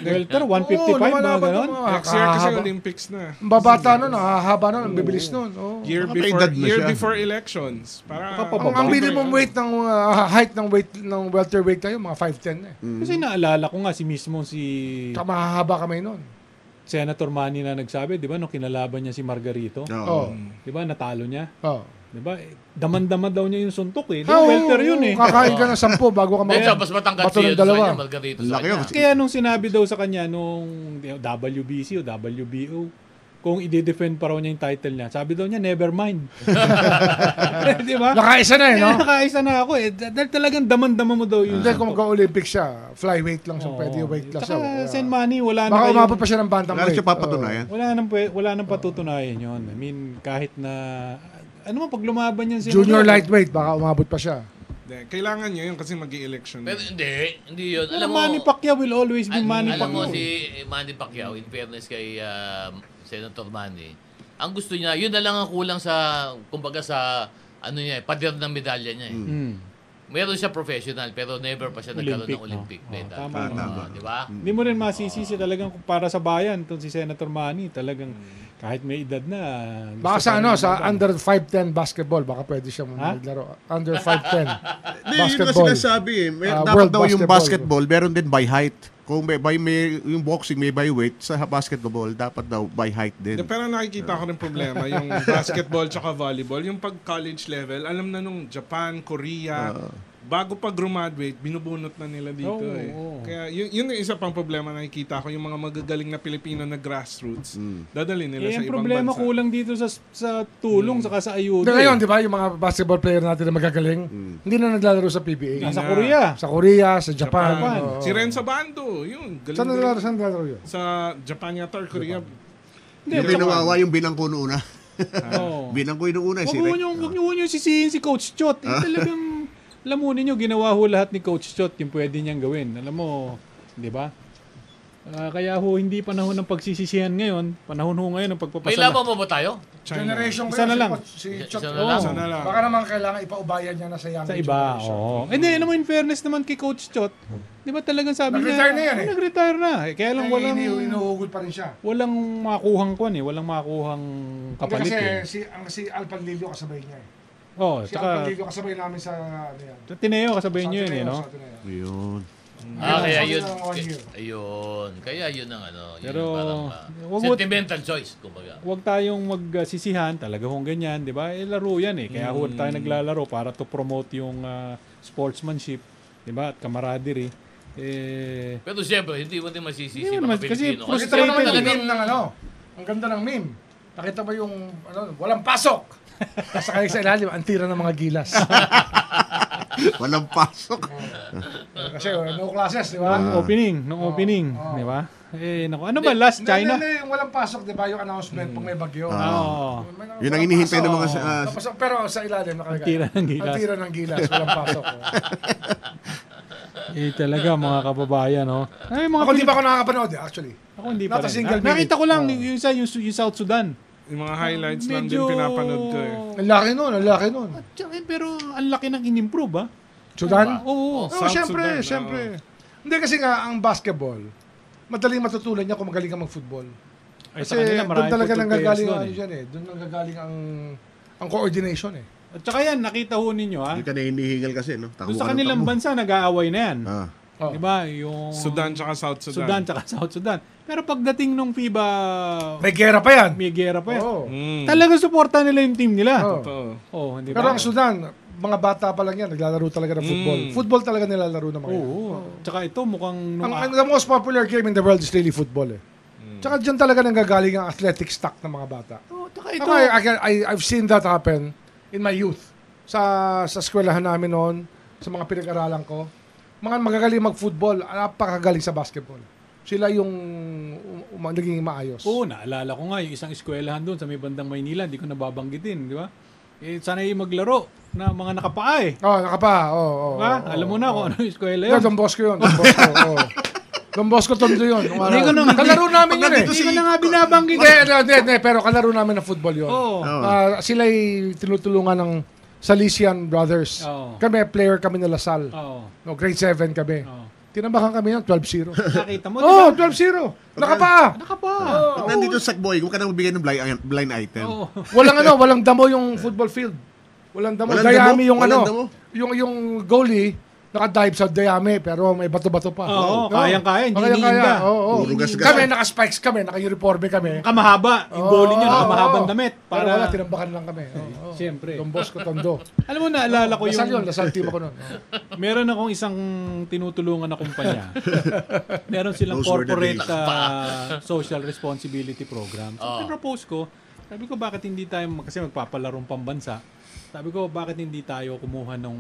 Welter, 155, mga
lumalaban
ganon.
yung mga
Next year kasi
kakahaba.
Olympics na.
Ang Babata nun, nakahaba nun, ang bibilis nun. oo.
Year
Baka may
before,
edad na
year
siya.
before elections. Para,
Kapababa.
Ang, ang minimum weight ng uh, height ng weight ng welterweight tayo mga 5'10 na eh.
Kasi naalala ko nga si mismo si
Tsaka mahahaba kami noon.
Senator Manny na nagsabi, di ba, nung kinalaban niya si Margarito,
Oo.
Oo.
di ba, natalo niya.
Oh.
Di ba, eh, daman-dama daw niya yung suntok eh. Di
Ah,
ba, welter yun eh.
Kakain ka ng 10 bago ka
Hindi,
makain.
tapos Eh, matangkad
Bato ng
siya sa
dalawa.
kanya, Margarito sa
Laki yun.
kanya.
Kaya nung sinabi daw sa kanya nung WBC o WBO, kung i-defend pa raw niya yung title niya, sabi daw niya, never mind. di ba?
Nakaisa na eh, no?
Kaya nakaisa na ako eh. Dahil talagang daman-dama mo daw yun.
Hindi, kung mag-Olympic siya, flyweight lang siya, pwede yung weight class siya.
Saka
Kaya-
send money, wala na
Baka
kayong-
umabot pa siya ng bantam
Wala na
weight.
siya papatunayan.
Wala nang, pwe- wala nang patutunayan yun. I mean, kahit na... Ano mo, pag lumaban yan si...
Junior lightweight, baka umabot pa siya.
Hindi, kailangan niya yun kasi mag election
Pero hindi, hindi yun.
Pero
Alam mo,
Manny Pacquiao will always be
Al-
Manny
alam mo
Pacquiao.
si eh, Manny Pacquiao, in fairness kay um, Senator Manny, ang gusto niya, yun na lang ang kulang sa, kumbaga sa, ano niya, eh, pader ng medalya niya eh.
Mm.
Meron siya professional, pero never pa siya nagkaroon ng
Olympic, no?
Olympic
Oh,
medal.
tama,
Ah,
tama.
di ba?
Hindi mo rin masisisi talagang kung para sa bayan itong si Senator Manny. Talagang kahit may edad na... gusto
Baka sa
pa rin
ano, sa
lumaban.
under 5'10 basketball, baka pwede siya
Ha?
maglaro. Under 5'10
Hindi, yun nga
basketball.
sinasabi eh. May,
Ah,
dapat
world
daw yung
basketball.
basketball, meron din by height. Kung may, by, may, yung boxing may by weight, sa basketball, dapat daw by height din.
Pero nakikita ko rin problema, yung basketball tsaka volleyball, yung pag college level, alam na nung Japan, Korea,
Ah.
bago pa graduate, binubunot na nila dito
Oo,
eh.
oo.
Kaya yun, yun yung isa pang problema na nakikita ko, yung mga magagaling na Pilipino na grassroots,
Hmm.
dadali nila
Eh, ang
sa ibang
problema
bansa.
kulang dito sa sa tulong saka sa ayuda. eh.
Hmm. Hindi ngayon, di ba, yung mga basketball player natin na magagaling,
Hmm.
hindi na naglalaro sa PBA.
Nasa
na.
Korea.
Sa Korea, sa Japan.
Japan.
oo.
Si Renzo Bando, yun. Galing
Saan naglalaro, saan naglalaro yun?
Sa Japan yata or Korea.
yung pinawawa yung binangko noon. ah.
Oo.
Binangko yung una. eh,
Huwag
Si
mo
Rick.
nyo, huwag nyo nyo sisihin si Coach Chot. Eh, talagang, alam mo ninyo, ginawa ho lahat ni Coach Chot yung pwede niyang gawin. Alam mo, di ba? Ah, kaya ho, hindi panahon ng pagsisisihan ngayon. Panahon ho ngayon ng
May
pagpapasala.
laban pa ba tayo?
China.
Isa na lang.
Si
Isa na lang.
Sana lang.
Baka naman kailangan ipaubayan niya na sa young
Sa iba, oo. Eh, di, alam mo, in fairness naman kay Coach Chot, di ba talagang sabi
Nag-retire
niya,
na yan eh.
"Oh, nag-retire na. Eh, kaya lang walang,
Inuugod pa rin siya.
walang makuhang kwan eh. Walang makuhang
Hindi
kapalit
kasi
eh.
si, ang, si Al Panlilio kasabay niya eh.
Oo,
Si Al
tsaka,
Panlilio kasabay namin sa ano yan.
sa Tineo, kasabihin
Sa
nyo yun eh, no?
Ateneo, sa Ateneo.
Yun.
Hmm.
Ah, kaya yun.
Sana lang one year.
Ayun. Kaya yun ang ano. Yun
Pero,
ang parang, ah,
wag mo-
sentimental choice, kumbaga.
huwag tayong magsisihan, talaga hong ganyan, 'di ba? Eh laro 'yan eh. Kaya huwag tayong naglalaro para to promote yung ah, sportsmanship, 'di ba? At camaraderie. Eh
Pero siyempre, hindi mo din masisisi
Hindi mo
mga
naman- kasi eh.
Pilipino.
Nakita mo naman
Frustrated.
yung meme ng ano. Ang ganda ng meme. Nakita mo yung ano, walang pasok. Sasakay sa ilalim, ang tira ng mga gilas.
Walang pasok.
Kasi uh, no classes, di ba?
Nung opening, nung opening, di ba? Eh, naku. Ano ba, last China?
Hindi, yung walang pasok, di ba? Yung announcement pag may
Oo.
bagyo. May-
Yun ang
walang
hinihintay
pasok.
ng mga sa-
Walang pasok, pero sa ilalim nakalagay.
tira ng gilas.
Ang tira ng gilas, walang pasok. oh.
Eh, talaga, mga kababayan, no? Ay, mga
Ako di
Pilip-
ba ako nakakapanood eh, actually.
Ako hindi pa
Not a
rin.
single
Ah, Nakita
minute.
ko lang,
Oo.
yung, isa, yung, yung South Sudan.
Yung mga highlights lang din
Medyo-
pinapanood ko eh.
Ang laki nun, ang laki nun.
Tsaka, eh, Pero ang laki ng in-improve, ah.
Sudan?
Oo.
Oo,
South Sudan,
siyempre,
oo.
siyempre. Hindi kasi nga, ang basketball, madaling matutunan niya kung magaling ka mag-football.
Ay,
Kasi
sa kanila,
doon
marami
talaga
football players
nanggagaling ang ano
doon,
dyan eh. Doon nanggagaling ang ang coordination eh.
eh. At saka yan, nakita ho ninyo, ah. ha?
Hindi ka na hinihingal kasi, no? Takbo
Doon sa
ka ng
kanilang
takbo.
bansa, nag-aaway na yan.
Ah.
Oh.
Di ba? Yung
Sudan tsaka South
Sudan,
Sudan.
tsaka South Sudan. Pero pagdating nung FIBA,
May gera pa yan.
may gera pa yan.
Oo.
Mm.
Talagang suporta nila yung team nila.
Oo.
Totoo.
Oo, hindi ba?
Pero ang Sudan, mga bata pa lang yan, naglalaro talaga ng football.
Mm.
Football talaga nilalaro ng mga yan.
Oo. Ano Tsaka ito, mukhang nung...
Ang, ano- ang- the most popular game in the world is really football eh.
Mm.
Tsaka dyan talaga nanggagaling ang athletic stock ng mga bata.
Oo, tsaka
Ito,
ito.
I, I, can- I- I've seen that happen in my youth. Sa sa eskwelahan namin noon, sa mga pinag-aralan ko, mga magagaling mag-football, napakagaling sa basketball. Sila yung um, um, naging maayos.
Oo, naalala ko nga yung isang eskwelahan doon sa may bandang Maynila, hindi ko nababanggitin, di ba? Eh, sana yung maglaro na mga nakapaa eh.
Oh, nakapa. Oh, oh,
Di ba?
oh,
Alam mo
oh,
na
oh.
kung ano yung eskwela
Hindi,
yun.
Don Bosco yun. Don Bosco. oh. Don Bosco tondo yun. nung
Hindi ko
araw.
na-
Kalaro namin yun eh.
Nandito
Hindi ko
si-
na nga binabanggit.
Hindi, hindi, hindi, hindi, pero kalaro namin ng football yun.
Oo.
Oo.
Ah, sila'y tinutulungan ng Salesian Brothers.
Oo.
Kami, player kami na Lasal.
Oo.
No, grade 7 kami.
Oo.
Tinabakan kami ng 12-0.
Nakita mo, di
oh,
ba?
12-0. Nakapaa.
Nakapaa.
Pag nandito sa boy, huwag ka nang bigay ng blind, blind item.
Oo.
Walang ano, walang damo yung football field. Walang damo.
Walang
dayami
damo?
yung
Walang
ano.
damo?
Yung yung goalie nakadive sa dayami pero may bato-bato pa.
Oo, kayang-kaya, hindi
Kayang-kaya.
niinda.
Oo, oo.
Hurugas-gas.
Kami, naka-spikes kami, naka-uniforme kami.
Kamahaba. Yung goalie nyo,
Oo,
nakamahabang
oo.
damit.
Oh. Pero wala,
Para,
tinambakan lang kami. Oo, oo.
Siyempre.
Don Bosco Tondo.
alam mo, naalala ko
Lasal
yung...
yun, Lasal team ako nun. Oo.
Meron akong isang tinutulungan na kumpanya. meron silang
Those were the
corporate
days.
ah, social responsibility program. So, pinropose ko, sabi ko, bakit hindi tayo, kasi magpapalarong pambansa, sabi ko, bakit hindi tayo kumuha nung,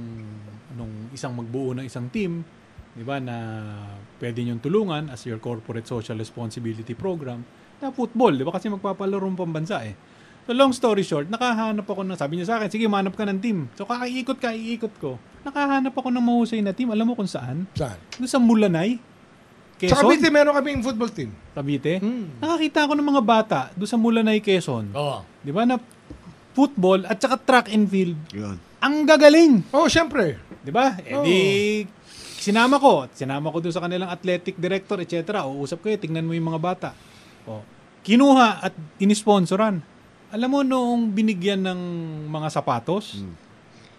nung isang magbuo ng isang team, di ba, na pwede niyong tulungan as your corporate social responsibility program, na football, di ba, kasi magpapalarong pambansa eh. So long story short, nakahanap ako ng, sabi niya sa akin, sige, manap ka ng team. So kakaiikot, kakaiikot ko. Nakahanap ako ng mahusay na team. Alam mo kung saan?
Saan?
Doon sa Mulanay,
Sa
Quezon,
Cavite, Hmm. meron kaming football team.
Cavite. Nakakita ako ng mga bata doon sa Mulanay, Quezon.
Oo.
Di ba na football at saka track and field.
Yun.
Ang gagaling!
Oh, syempre.
Di ba? Eh di,
Oh.
sinama ko. Sinama ko doon sa kanilang athletic director, etc. Uusap ko eh, tingnan mo yung mga bata. O, kinuha at inisponsoran. Alam mo, noong binigyan ng mga sapatos,
Hmm.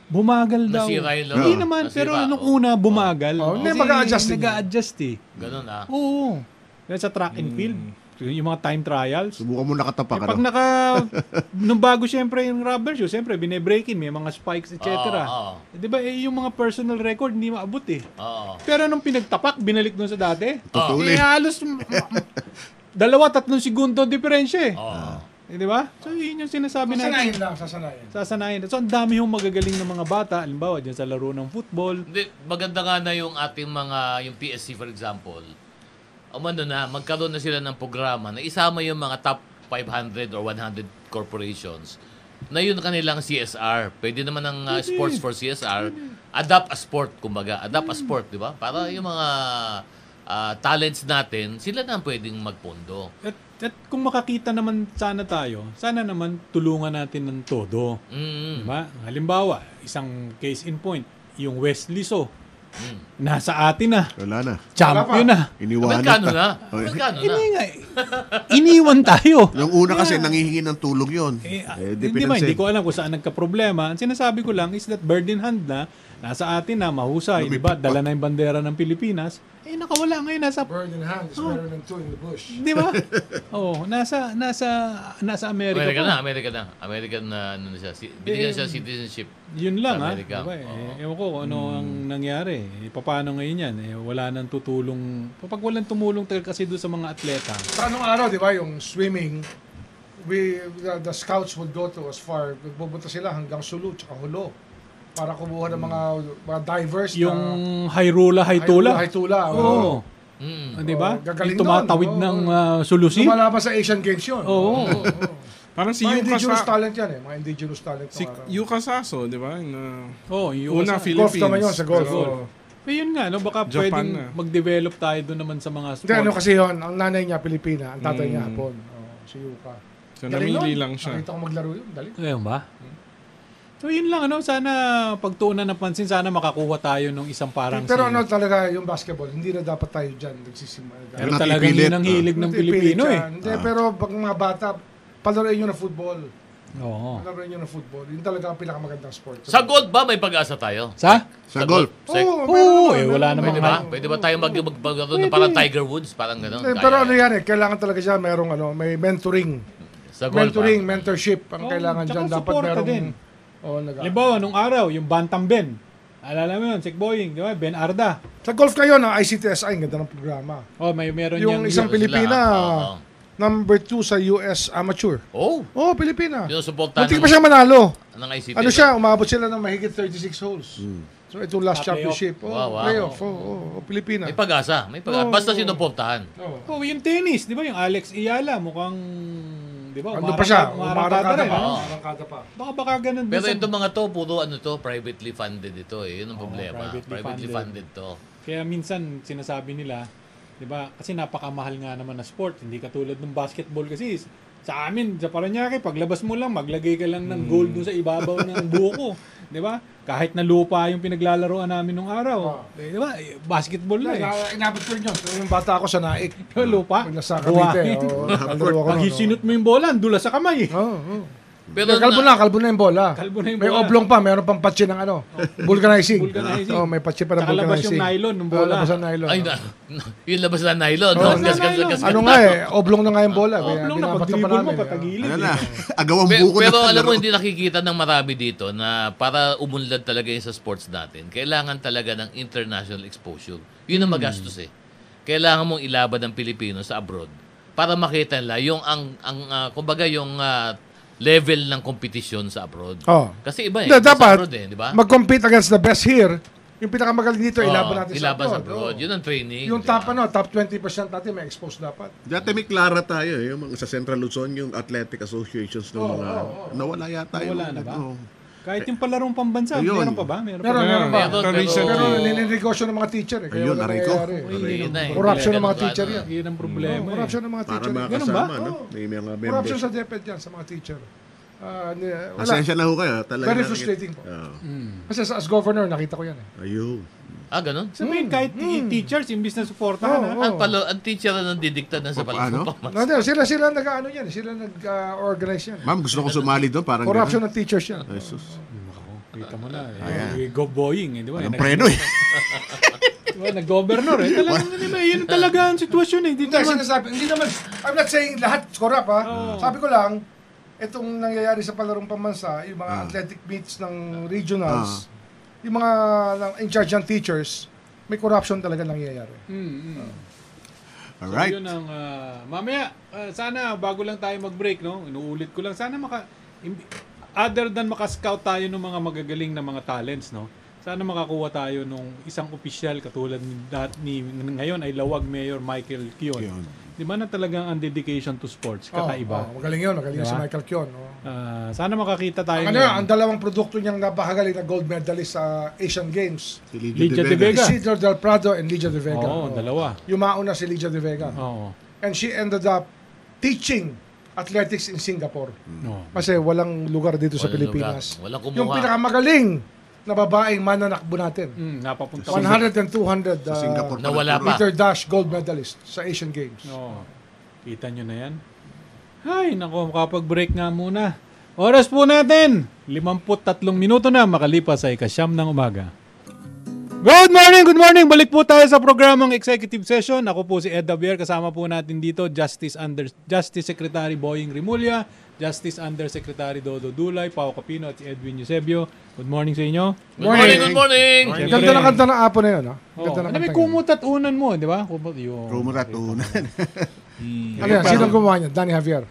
bumagal daw.
Nasira yung laro.
Hindi
Oo.
naman,
Nasira, oh.
pero nung
oo.
una, bumagal.
Oo, Oh. hindi,
Kasi
mag-a-adjust din.
Nag-a-adjust eh.
Ganun ah.
Oo. Yan sa track and field, Hmm. yung mga time trials.
Subukan mo ano? nakatapa
Eh,
ka
pag
na.
naka, nung bago siyempre yung rubber shoe, siyempre bine-break in, may mga spikes, etc.
Oo, oo.
Eh, Di ba, eh, yung mga personal record hindi maabot eh.
Oo.
Pero nung pinagtapak, binalik dun sa dati.
Totoo
Eh,
eh.
halos m- m- dalawa, tatlong segundo diferensya eh.
Oo.
Eh, Di ba? So, yun yung sinasabi natin.
Sasanayin lang, sasanayin.
Sasanayin. So, ang dami yung magagaling ng mga bata. Halimbawa, dyan sa laro ng football.
Hindi, maganda nga na yung ating mga, yung PSC for example, umano na, magkaroon na sila ng programa na isama yung mga top 500 or 100 corporations na yun kanilang CSR. Pwede naman ng uh, sports for CSR. Adapt a sport, kumbaga. Adapt a sport, di ba? Para yung mga uh, talents natin, sila na ang pwedeng magpondo.
At, at kung makakita naman sana tayo, sana naman tulungan natin ng todo.
Mm.
Diba? Halimbawa, isang case in point, yung Wesley So.
Mm.
Nasa atin na.
Wala na.
Champion na.
Iniwanan
Magkano
ta.
na?
Okay.
Magkano na?
Hindi nga. eh. Iniwan tayo.
Yung una kasi, nangihingi ng tulong yun.
Eh, ah,
Eh, di
hindi ba, hindi
pinansin.
ko alam kung saan nagka-problema. Ang sinasabi ko lang is that bird in hand na, nasa atin na, mahusay, di ba?
Lumipad pa.
Dala na yung bandera ng Pilipinas. Eh, nakawala ngayon, nasa
Bird in hand
Oh.
is better than two in the bush.
Di ba? Oo, nasa nasa nasa Amerika,
American
pa.
na, American na. American na, ano na siya. si- Binigyan siya citizenship.
Yun lang
Sa
ha.
Amerika,
Diba? Eh,
oo. Hmm.
Ewan ko kung ano ang nangyari. Eh, paano ngayon yan? Eh, wala nang tutulong. Kapag walang tumulong talaga kasi doon sa mga atleta.
Sa anong araw, di ba, yung swimming, we the, the scouts would go to as far nagpupunta sila hanggang Sulu tsaka Hulo para kumuha ng mga mga divers
Yung
na
Hayrula, Haytula.
Haitula.
Oo.
Mm.
Di ba?
Oo, gagaling
Yung tumatawid
doon.
ng
Oo.
ah, sulusi.
Lumalaban sa Asian Games yun.
Oo.
Parang si
Mga
Yuka,
indigenous
Sa-
talent yan eh. Mga indigenous talent.
si
mga-
Yuka Saso, di ba? Na,
Oo, yung
una,
isa.
Philippines.
Golf naman yun, sa golf.
Pero,
Oo.
Eh, yun nga, no? baka
Japan
pwedeng
na.
mag-develop tayo doon naman sa mga
Hindi, ano
sport.
kasi yun, ang nanay niya Pilipina, ang tatay niya
Mm.
Hapon. Oo, si Yuka.
So,
Galing
namili
nun.
lang siya.
Nakita ko maglaro yun, dali.
Ngayon ba? So yun lang, ano? sana pagtuunan ng pansin, sana makakuha tayo ng isang parang si-
Pero ano talaga yung basketball, hindi na dapat tayo dyan nagsisimula.
Pero
Napipilit,
talaga yun ang
ah.
hilig ng Pilipino eh.
Hindi, pero pag mga bata, palaroin nyo na football.
Oo.
Palaroin nyo na football. Yun talaga ang pinakamagandang sport.
Sa gold ba may pag-asa tayo?
Sa?
Sa golf.
Sec?
Oo,
Oo, eh,
meron,
wala namang-
meron.
Pwede ba? Pwede ba tayo mag mag- mag- ano, parang Tiger Woods? Parang gano'n?
Eh, pero ano yan eh, kailangan talaga siya merong ano, may mentoring.
Sa ah. goal
Mentoring,
pa.
mentorship
Oo,
ang kailangan
tsaka
dyan. Dapat
suporta
merong...
din.
Oo, nag-
Halimbawa, nung araw, yung Bantam Ben. Alala mo yun, Sick Boying, di ba? Ben Arda.
Sa golf kayo ng ICTSI, ang ganda ng programa.
Oh, may meron
Yung isang
Sila,
Pilipina,
oo.
number two sa US amateur.
Oh,
Oh, Pilipina.
yun ang suporta
Muntik
ng,
pa siya manalo.
ng ICT.
Ano siya, umabot sila ng mahigit 36 holes. So,
Ah,
ito last
playoff.
championship. Oh,
Wow, wow.
Playoff. Oh, oh, oh, Pilipina.
May pag-asa. May pag-asa.
Oo.
Basta sinuportahan.
Oh.
Oh, yung tennis, di ba? Yung Alex Ayala, mukhang... Di ba?
Ano pa siya?
Umarangkada
Umarangkada
rin.
pa.
ano?
Oo.
Umarangkada pa.
Baka baka ganun. din
Pero
sa-
itong mga to, puro ano to, privately funded ito
Oh,
eh. Yun ang problema.
privately
privately funded.
funded.
to.
Kaya minsan sinasabi nila, 'di ba? Kasi napakamahal nga naman na sport, hindi katulad ng basketball kasi s- sa amin sa Paranaque, paglabas mo lang maglagay ka lang
Hmm.
ng gold dun sa ibabaw ng buko, 'di ba? Kahit na lupa yung pinaglalaroan namin nung araw,
Ah.
eh, 'di ba? Eh, Basketball na eh.
Na- Inabot ko rin yun. Yung bata ako sa naik.
Yung lupa,
Pag nasa
buhayin.
Cavite. Oh, nalaro ako
Ah. Pag
nun,
hisinot mo yung bola, ang dula sa kamay. eh.
oh. Oh, oh.
Pero
Eh, kalbo na,
na-
kalbo na yung bola.
Kalbo na yung
May
bola. Oh.
oblong pa, mayroon pang patsi ng ano, vulcanizing.
Vulcanizing.
Oh, may patsi pa ng
Tsaka labas
vulcanizing.
yung nylon ng
Oh,
bola.
labas ang nylon.
Ay,
oh.
na, yung labas na nylon.
Oo,
no? Gas, gas,
nylon.
gas, gas.
Ano nga eh, oblong na nga yung bola.
Oh,
Kaya
Oblong na
binabato pa
pag-dribble mo
namin, eh.
patagilid.
Ano
eh.
na? Agawang
Pe-
buko na.
pero alam mo,
laro.
hindi nakikita ng marami dito na para umunlad talaga yun sa sports natin, kailangan talaga ng international exposure. Yun
Hmm.
ang magastos eh. Kailangan mong ilaban ng Pilipino sa abroad para makita nila yung ang ang ah, kumbaga yung ah, level ng kompetisyon sa abroad.
Oh.
Kasi iba eh.
Hindi,
sa
dapat
abroad eh, di ba?
mag-compete against the best here. Yung pinakamagaling dito,
Oo,
ilaban natin
ilaban
sa abroad. Oo.
Yun ang training.
Yung
di ba?
top, ano, top 20% natin may expose dapat.
Dati may Clara tayo, eh, yung mga, sa Central Luzon, yung athletic associations ng
Oo,
mga...
oo,
Nawala yata ano, yun.
Nawala na ba?
Oo.
Kahit yung palarong pambansa,
Ayun.
meron pa ba? Meron Ano pa ba?
Meron, meron
Meron,
pa.
meron.
Pero-
Recently.
Pero
Oo.
ninegosyo ng mga teacher eh. Kaya
Ayun,
wala
aray ko.
nangyayari.
Uy, hindi na-
Yun na eh.
Corruption ng mga
Ganun,
teacher
ano.
yan.
Yun ang problema. eh.
Corruption ng mga
Para
teacher.
mga
ganun
kasama,
ba?
no?
Oo.
May mga
Corruption
members.
sa DepEd yan, sa mga teacher. Ah, ni- wala.
Asensya na ho kayo. ah. Talaga
Very
nakik-
frustrating po.
Oo.
Kasi sa- as governor, nakita ko yan eh.
Ayun.
Ah, ganun?
eh. Sabihin, kahit i- teachers, imbis na suportahan,
Mm, Oo,
ha?
oo.
Ang, palo, ang teacher na didikta na sa
Paano?
palo.
Hindi, sila sila nag-ano yan, eh. sila nag-organize yan. eh.
Ma'am, gusto ko sumali doon. Parang
Corruption ng
ganun.
teachers yan.
Ay, sus.
Kita mo na. Eh. Eh, Go boying, eh, di ba?
Walang
Nag-
preno eh.
diba, nag-governor, eh. Talagang, di ba, yun talaga ang sitwasyon, eh. Di
Hindi,
naman.
sinasabi, hindi naman, I'm not saying lahat corrupt ha. Sabi ko lang, itong nangyayari sa palarong pambansa, yung mga athletic meets ng regionals, yung mga ng- in charge ng teachers, may corruption talaga nangyayari.
Mm, mm. So,
Alright.
yun ang, ah, mamaya, ah, sana, bago lang tayo mag-break, no? Inuulit ko lang. Sana maka, im- other than makascout tayo ng mga magagaling na mga talents, no? Sana makakuha tayo nung isang opisyal katulad ni, dat- ni ngayon ay Lawag Mayor Michael Kion.
Yun.
Di ba na talagang ang dedication to sports,
Oh,
kakaiba.
oh, magaling yun, magaling yun si
Diba?
Michael Kion. oh.
Ah, sana makakita tayo
Ang, ano,
ngayon.
ang dalawang produkto niyang napakagaling na gold medalist sa Asian Games,
Si Lidio
Lidio
de
de
Vega.
Vega.
Isidro Del Prado and Lidia De
Oo,
Vega.
Uh-huh.
Oh.
dalawa.
Yung mauna si Lidia De Vega.
Oo.
And she ended up teaching athletics in Singapore.
No.
Kasi walang lugar dito sa
Walang
Pilipinas.
lugar. Walang kumuha.
Yung pinakamagaling na babaeng mananakbo natin.
Mm, napapunta ko.
100 and 200 uh,
Sa Singapore. pala eh.
nawala
puro.
pa.
meter dash gold medalist sa Asian Games.
Oo. Oh, Kita nyo na yan. Ay, nako, makapag-break nga muna. Oras po natin! 53 minuto na makalipas sa ikasyam ng umaga. Good morning, good morning! Balik po tayo sa programang Executive Session. Ako po si Ed Davier. Kasama po natin dito Justice Under Justice Secretary Boying Rimulya, Justice Undersecretary Dodo Dulay, Pao Capino at si Edwin Eusebio. Good morning sa inyo.
Good morning, good morning!
Ang Ganda
Siyempre.
na kanta ng apo na yun. ah. Ang
Oh,
Ganda na
ano
kanta
may
yun.
kumot at unan mo, di ba? Kumot, yun.
Rumor at unan.
Ano yan? Sinong gumawa niya? Danny Javier.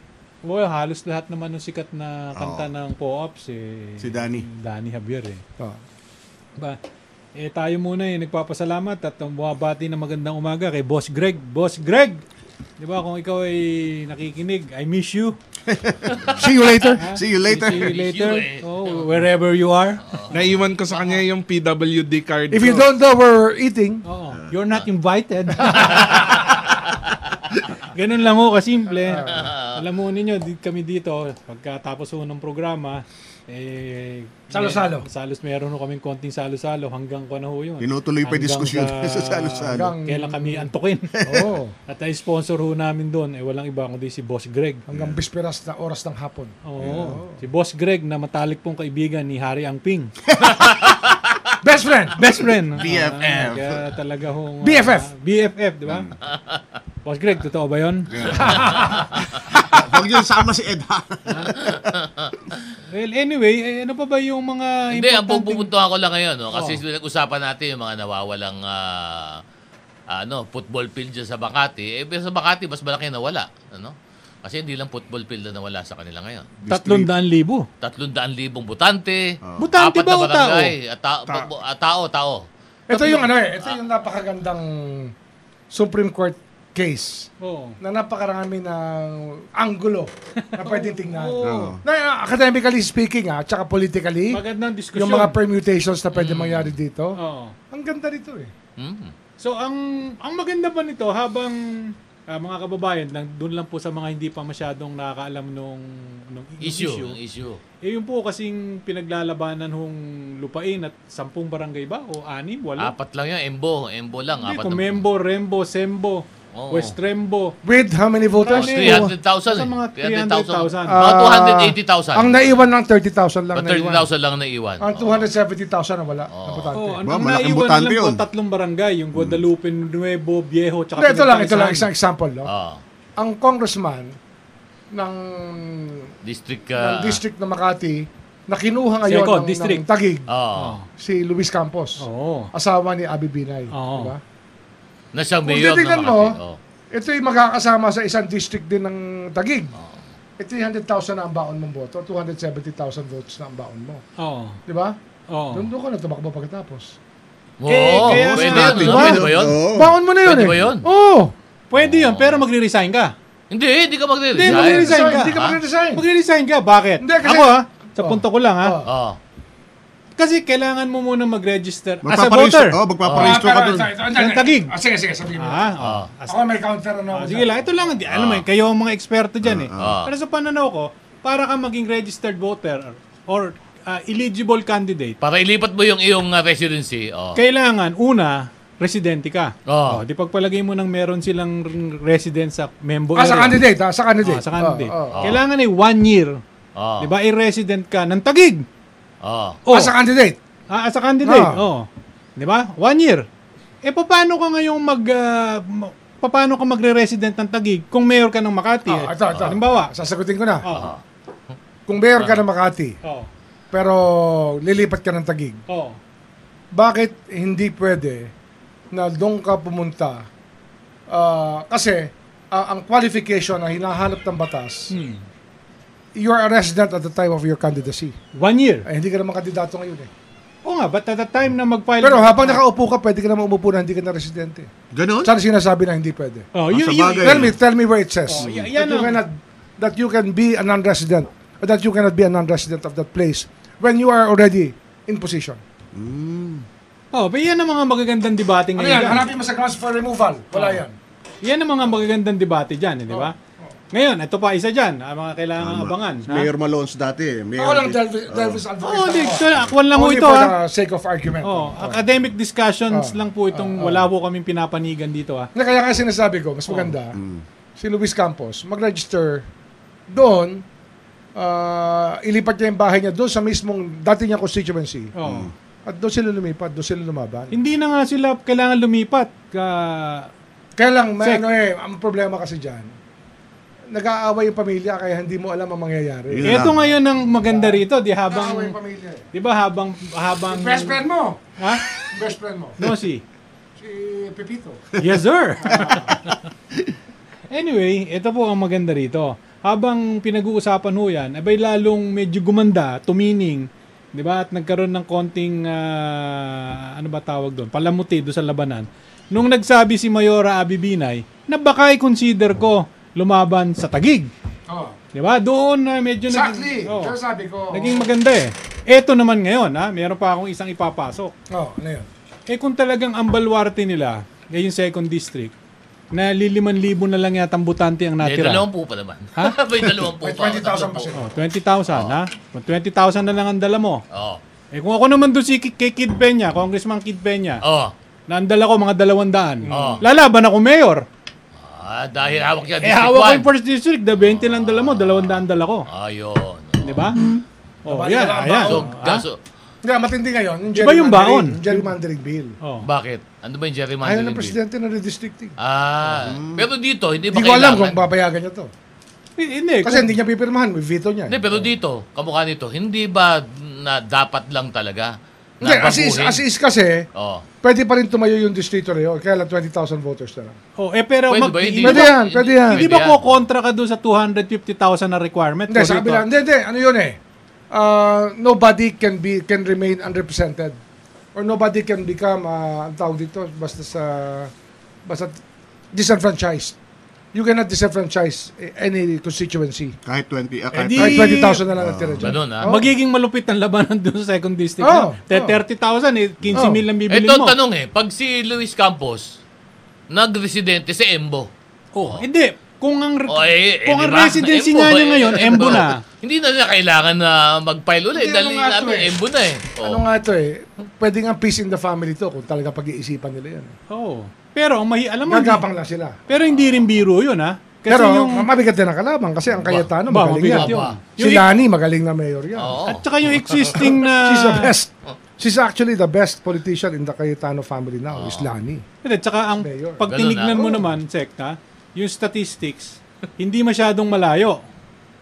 Well, halos lahat naman ng sikat na kanta ng co-ops eh,
Si Danny.
Danny Javier eh.
Oh.
Ba, eh tayo muna eh, nagpapasalamat at ang bumabati ng magandang umaga kay Boss Greg. Boss Greg! Di ba, kung ikaw ay nakikinig, I miss you.
See you later. See you later.
See you
Miss
later.
you eh.
Oh, wherever you are.
Naiwan ko sa kanya yung PWD card.
If you
ko.
don't know we're eating,
Oo. You're not invited. Ganun lang ho, kasimple. Alam mo ninyo, di, kami dito, pagkatapos ho ng programa, eh,
Salo-salo.
may- Salos meron ho kaming konting salo-salo hanggang ko na ho yun.
Tinutuloy pa yung diskusyon
Hanggang
sa salo-salo.
hanggang-
Kailan kami antukin.
oh,
At ang sponsor ho namin doon, eh walang iba kundi si Boss Greg.
hanggang bisperas na oras ng hapon.
Oo. Si Boss Greg na matalik pong kaibigan ni Harry Angping.
Best friend!
Best friend.
BFF.
Ah, kaya talaga hong... ah,
BFF.
BFF, di
Mm.
ba? Boss Greg, totoo ba yun?
Huwag niyo sama si Ed ha.
Well, anyway, eh, ano pa ba yung mga
Hindi, ang
importanteng-
pupuntahan ko lang ngayon, no? kasi pinag-usapan natin yung mga nawawalang ah, ano, football field dyan sa Makati. Eh, pero sa Makati, mas malaki yung nawala. Ano? Kasi hindi lang football field na nawala sa kanila ngayon.
Tatlong daan libo.
300,000 butante,
Butante
apat
ba
na
o tao?
barangay, at Oh. ta-
Tao.
bu- at tao, tao.
Ito yung ano eh, ito yung napakagandang Supreme Court case
Oo.
na napakarami ng angulo na pwedeng tingnan.
Oo.
Na, uh, academically speaking ah, tsaka politically,
Magandang diskusyon.
yung mga permutations na pwede mangyari dito.
Oo.
Ang ganda nito eh.
Hmm.
So, ang ang maganda pa nito, habang ah, mga kababayan, lang, doon lang po sa mga hindi pa masyadong nakakaalam nung, nung
Issue,
issue.
yung issue.
Eh, yun po kasing pinaglalabanan hong lupain at sampung barangay ba? O anim? Wala?
Apat lang yun, embo, embo lang.
Hindi,
apat
kung
na- Oh,
Membo, Rembo, Sembo,
Oo.
West Rembo.
With how many
Oh,
voters?
Marami.
Oh,
300,000
Sa
eh.
mga
300,000.
300,000.
Mga
Ah,
280,000.
ang naiwan lang 30,000
Ah,
lang
Ba't
naiwan.
30,000 lang naiwan.
Ang
Oo.
270,000 na wala. eh.
Oo.
Na butante.
Oh, ang
Ba,
ang
malaking
naiwan
botante
lang po
yun.
tatlong barangay, yung Guadalupe, Nuevo, Viejo, tsaka
Hindi, ito lang, ito lang,
Pinagtaisan.
isang example. No?
Ah.
Oo.
Ang congressman ng,
District
ng
ah,
district ng Makati na kinuha ngayon
Second
ng,
district. Ah.
ng Tagig,
Oo.
si Luis Campos,
Oo.
asawa ni Abi Binay.
Oo.
Diba?
Na siyang
Kung
mayor ng
titignan
Makati.
mo,
Oo.
Ito yung magkakasama sa isang district din ng Tagig.
Ah.
Eh, 300,000 na ang baon mong boto, 270,000 votes na ang baon mo.
Oo.
Di ba?
Oo.
Doon doon ko na tumakbo pagkatapos.
Oo,
Eh, kaya sa-
pwede yun. ano?
Diba?
Pwede ba yun?
Oo.
Baon mo na yun
Pwede
eh.
ba yun?
Oo.
Pwede yun, pero magre-resign ka.
Hindi, hindi ka mag-resign.
Hindi, magre-resign.
Resign,
ka.
Hindi ka
Ha?
mag-resign.
Magre-resign ka, bakit?
Hindi, kasi-
Ako ha, sa
Oh.
punto ko lang ha.
Oo.
Oo.
Kasi kailangan mo muna mag-register as a voter.
Magpaparehistro. Oh, magpaparegister
Ah,
ka dun.
Yung Tagig.
Ah, sige, sige, sabihin mo.
Ah,
Oo.
oh. As-
Ako may counter ano.
Ah, sige lang, ito lang. Hindi, alam mo,
Ah.
yun, kayo ang mga eksperto dyan eh.
ah.
Pero sa pananaw ko, para ka maging registered voter or ah, eligible candidate,
Para ilipat mo yung iyong ah, residency. Oo.
kailangan una, residente ka.
Ah.
Oo.
Oh, di pagpalagay mo nang meron silang resident sa member
Ah, sa candidate, ah, sa candidate.
Oh, sa candidate.
Ah, ah.
Kailangan ay one year.
Oo.
Di ba? I-resident ka ng tagig.
Oo.
Oh,
Ah, sa candidate.
ah, as a candidate.
Ah.
Oh. Di ba? One year. Eh, paano ka ngayong mag... ah, ma- paano ka magre-resident ng tagig kung mayor ka ng Makati?
Ah, ito, ito.
Halimbawa.
Sasagutin ko na.
Oh.
Kung mayor ka ng Makati,
Oh.
pero lilipat ka ng Tagig,
Oh.
bakit hindi pwede na doon ka pumunta? Ah, kasi ah, ang qualification na hinahanap ng batas,
Hmm.
you are a resident at the time of your candidacy.
One year.
Ay, hindi ka naman kandidato ngayon eh.
Oo nga, but at the time na mag-file...
Pero habang nakaupo ka, pwede ka naman umupo na hindi ka na residente.
Ganon?
Saan sinasabi na hindi pwede?
Oh, yun,
Ah, Sa
yun,
bagay.
Tell me, tell me where it says.
Oh, y-
that
yan
you
ang-
cannot, that you can be a non-resident, or that you cannot be a non-resident of that place when you are already in position.
Oh, pero yan ang mga magagandang debate
Ano
ngayon.
Hanapin mo sa grounds for removal. Wala yan.
Yan ang mga magagandang debate dyan, eh, di ba? Ngayon, ito pa isa dyan, ang mga kailangan abangan. ha?
Mayor Malones dati. eh. Mayor
Ako lang, Delvis, Delvis Alvarez.
Oo, oh,
Ako.
so, akwan lang ho
Only
ito,
for
ha?
the sake of argument.
Oh, academic discussions
Oh.
lang po itong wala po kaming pinapanigan dito, ha?
Na kaya nga sinasabi ko, mas maganda, si Luis Campos, mag-register doon, ah, ilipat niya yung bahay niya doon sa mismong dati niya constituency.
Hmm.
Oh.
At doon sila lumipat, doon sila lumaban.
Hindi na nga sila kailangan lumipat. Ka...
Kaya lang,
Sec.
may ano eh, ang problema kasi dyan, nag-aaway yung pamilya kaya hindi mo alam ang mangyayari.
Yun
Ito
lang.
ngayon ang maganda rito, di
Nag-aaway
habang...
yung pamilya eh.
Di ba habang... habang
Best friend mo!
Ha?
Best friend mo.
No, si...
Si Pepito.
Yes, sir. Anyway, ito po ang maganda rito. Habang pinag-uusapan ho yan, abay lalong medyo gumanda, tumining, di ba? At nagkaroon ng konting, ah, ano ba tawag doon, palamuti doon sa labanan. Nung nagsabi si Mayora Abibinay, na baka i-consider ko lumaban sa tagig.
Oh,
Di ba? Diba? Doon na medyo
exactly.
naging, oh,
Kaya sabi ko.
naging maganda eh. Eto naman ngayon, ha? meron pa akong isang ipapasok.
Oh, ano yun?
Eh kung talagang ang baluarte nila, eh yung second district, na liliman libo na lang yata ang butante ang
May
natira.
dalawang po pa naman.
Ha?
May dalawang po
May
pa.
20,000 pa
Tatlo
sila.
Oh, 20,000 ha? Kung 20,000 na lang ang dala mo.
Oo.
Eh kung ako naman doon si Ki- kay Kid Peña, Congressman Kid Peña,
Oo.
na ang dala ko mga 200,
Oo.
lalaban ako mayor.
Ah, dahil hawak niya
Eh hawak ko yung first district, da 20 lang dala mo, 200 dala ko.
Ayun.
Di ba?
Mm-hmm.
Oh, yan, ayan.
So,
Ha?
kaso,
Hindi, matindi ngayon. Yung
Iba yung baon.
gerrymandering- Gerrymandering bill.
Oh.
bakit? Ano ba yung gerrymandering
Ayaw ng
bill?
presidente na redistricting.
Ah, pero dito, hindi ba
Hindi ko alam
kailangan?
kung babayagan niya to.
Eh, Hindi.
Kasi hindi niya pipirmahan, may veto niya.
Hindi,
eh.
pero dito, kamukha nito, hindi ba na dapat lang talaga?
Hindi,
na
as is,
baguhin? Oh.
as is kasi,
Oo.
pwede pa rin tumayo yung distrito na yun, kaya lang 20,000 voters na lang.
Oh, eh pero
Pwede
mag-
ba? Hindi
Pwede
ba-
yan, pwede yan.
Hindi ba
yan?
ko kontra ka doon sa 250,000 na requirement?
Hindi,
Ko
sa
dito?
kabila, hindi, hindi, ano yun eh. Uh, nobody can be can remain unrepresented or nobody can become uh, ang tawag dito basta sa basta disenfranchised you cannot disenfranchise eh, any constituency
Kahit 20, ah,
Eh
kahit
di-
kahit 20,000 na lang natira dyan
Ganun, ah.
Oh.
Magiging malupit ang labanan doon sa second district.
Oh,
na. Te-
oh.
30,000, eh, 15 mil ang bibilin
Ito ang
mo.
tanong eh, pag si Luis Campos, nagresidente sa Embo.
Oh, hindi. Kung ang,
O, eh, eh,
kung
di
ang
ba?
residency
Embo,
nga niya
eh,
ngayon, Embo na.
Hindi na niya kailangan na mag-file ulit.
Hindi,
Dahil
ano nga
natin,
to eh.
Embo na eh. O.
ano nga ito eh pwede nga peace in the family to kung talaga pag-iisipan nila yan
Oh. Pero, ang mahi, alam mo, hindi,
gagapang lang sila
pero hindi rin biro yun, ha? Kasi
Pero
yung,
mabigat din ang kalaban kasi ang Cayetano
ba,
magaling
mabigat
yan.
yun.
Si
Yung-
Lani magaling na mayor yan.
Oo.
at saka yung existing na...
Oh. She's the best.
Oh.
She's actually the best politician in the Cayetano family now is
Oh.
Lani.
At saka ang
Mayor.
pag
Ganun
tinignan
na.
mo
Oo.
naman, Sekta, yung statistics, hindi masyadong malayo.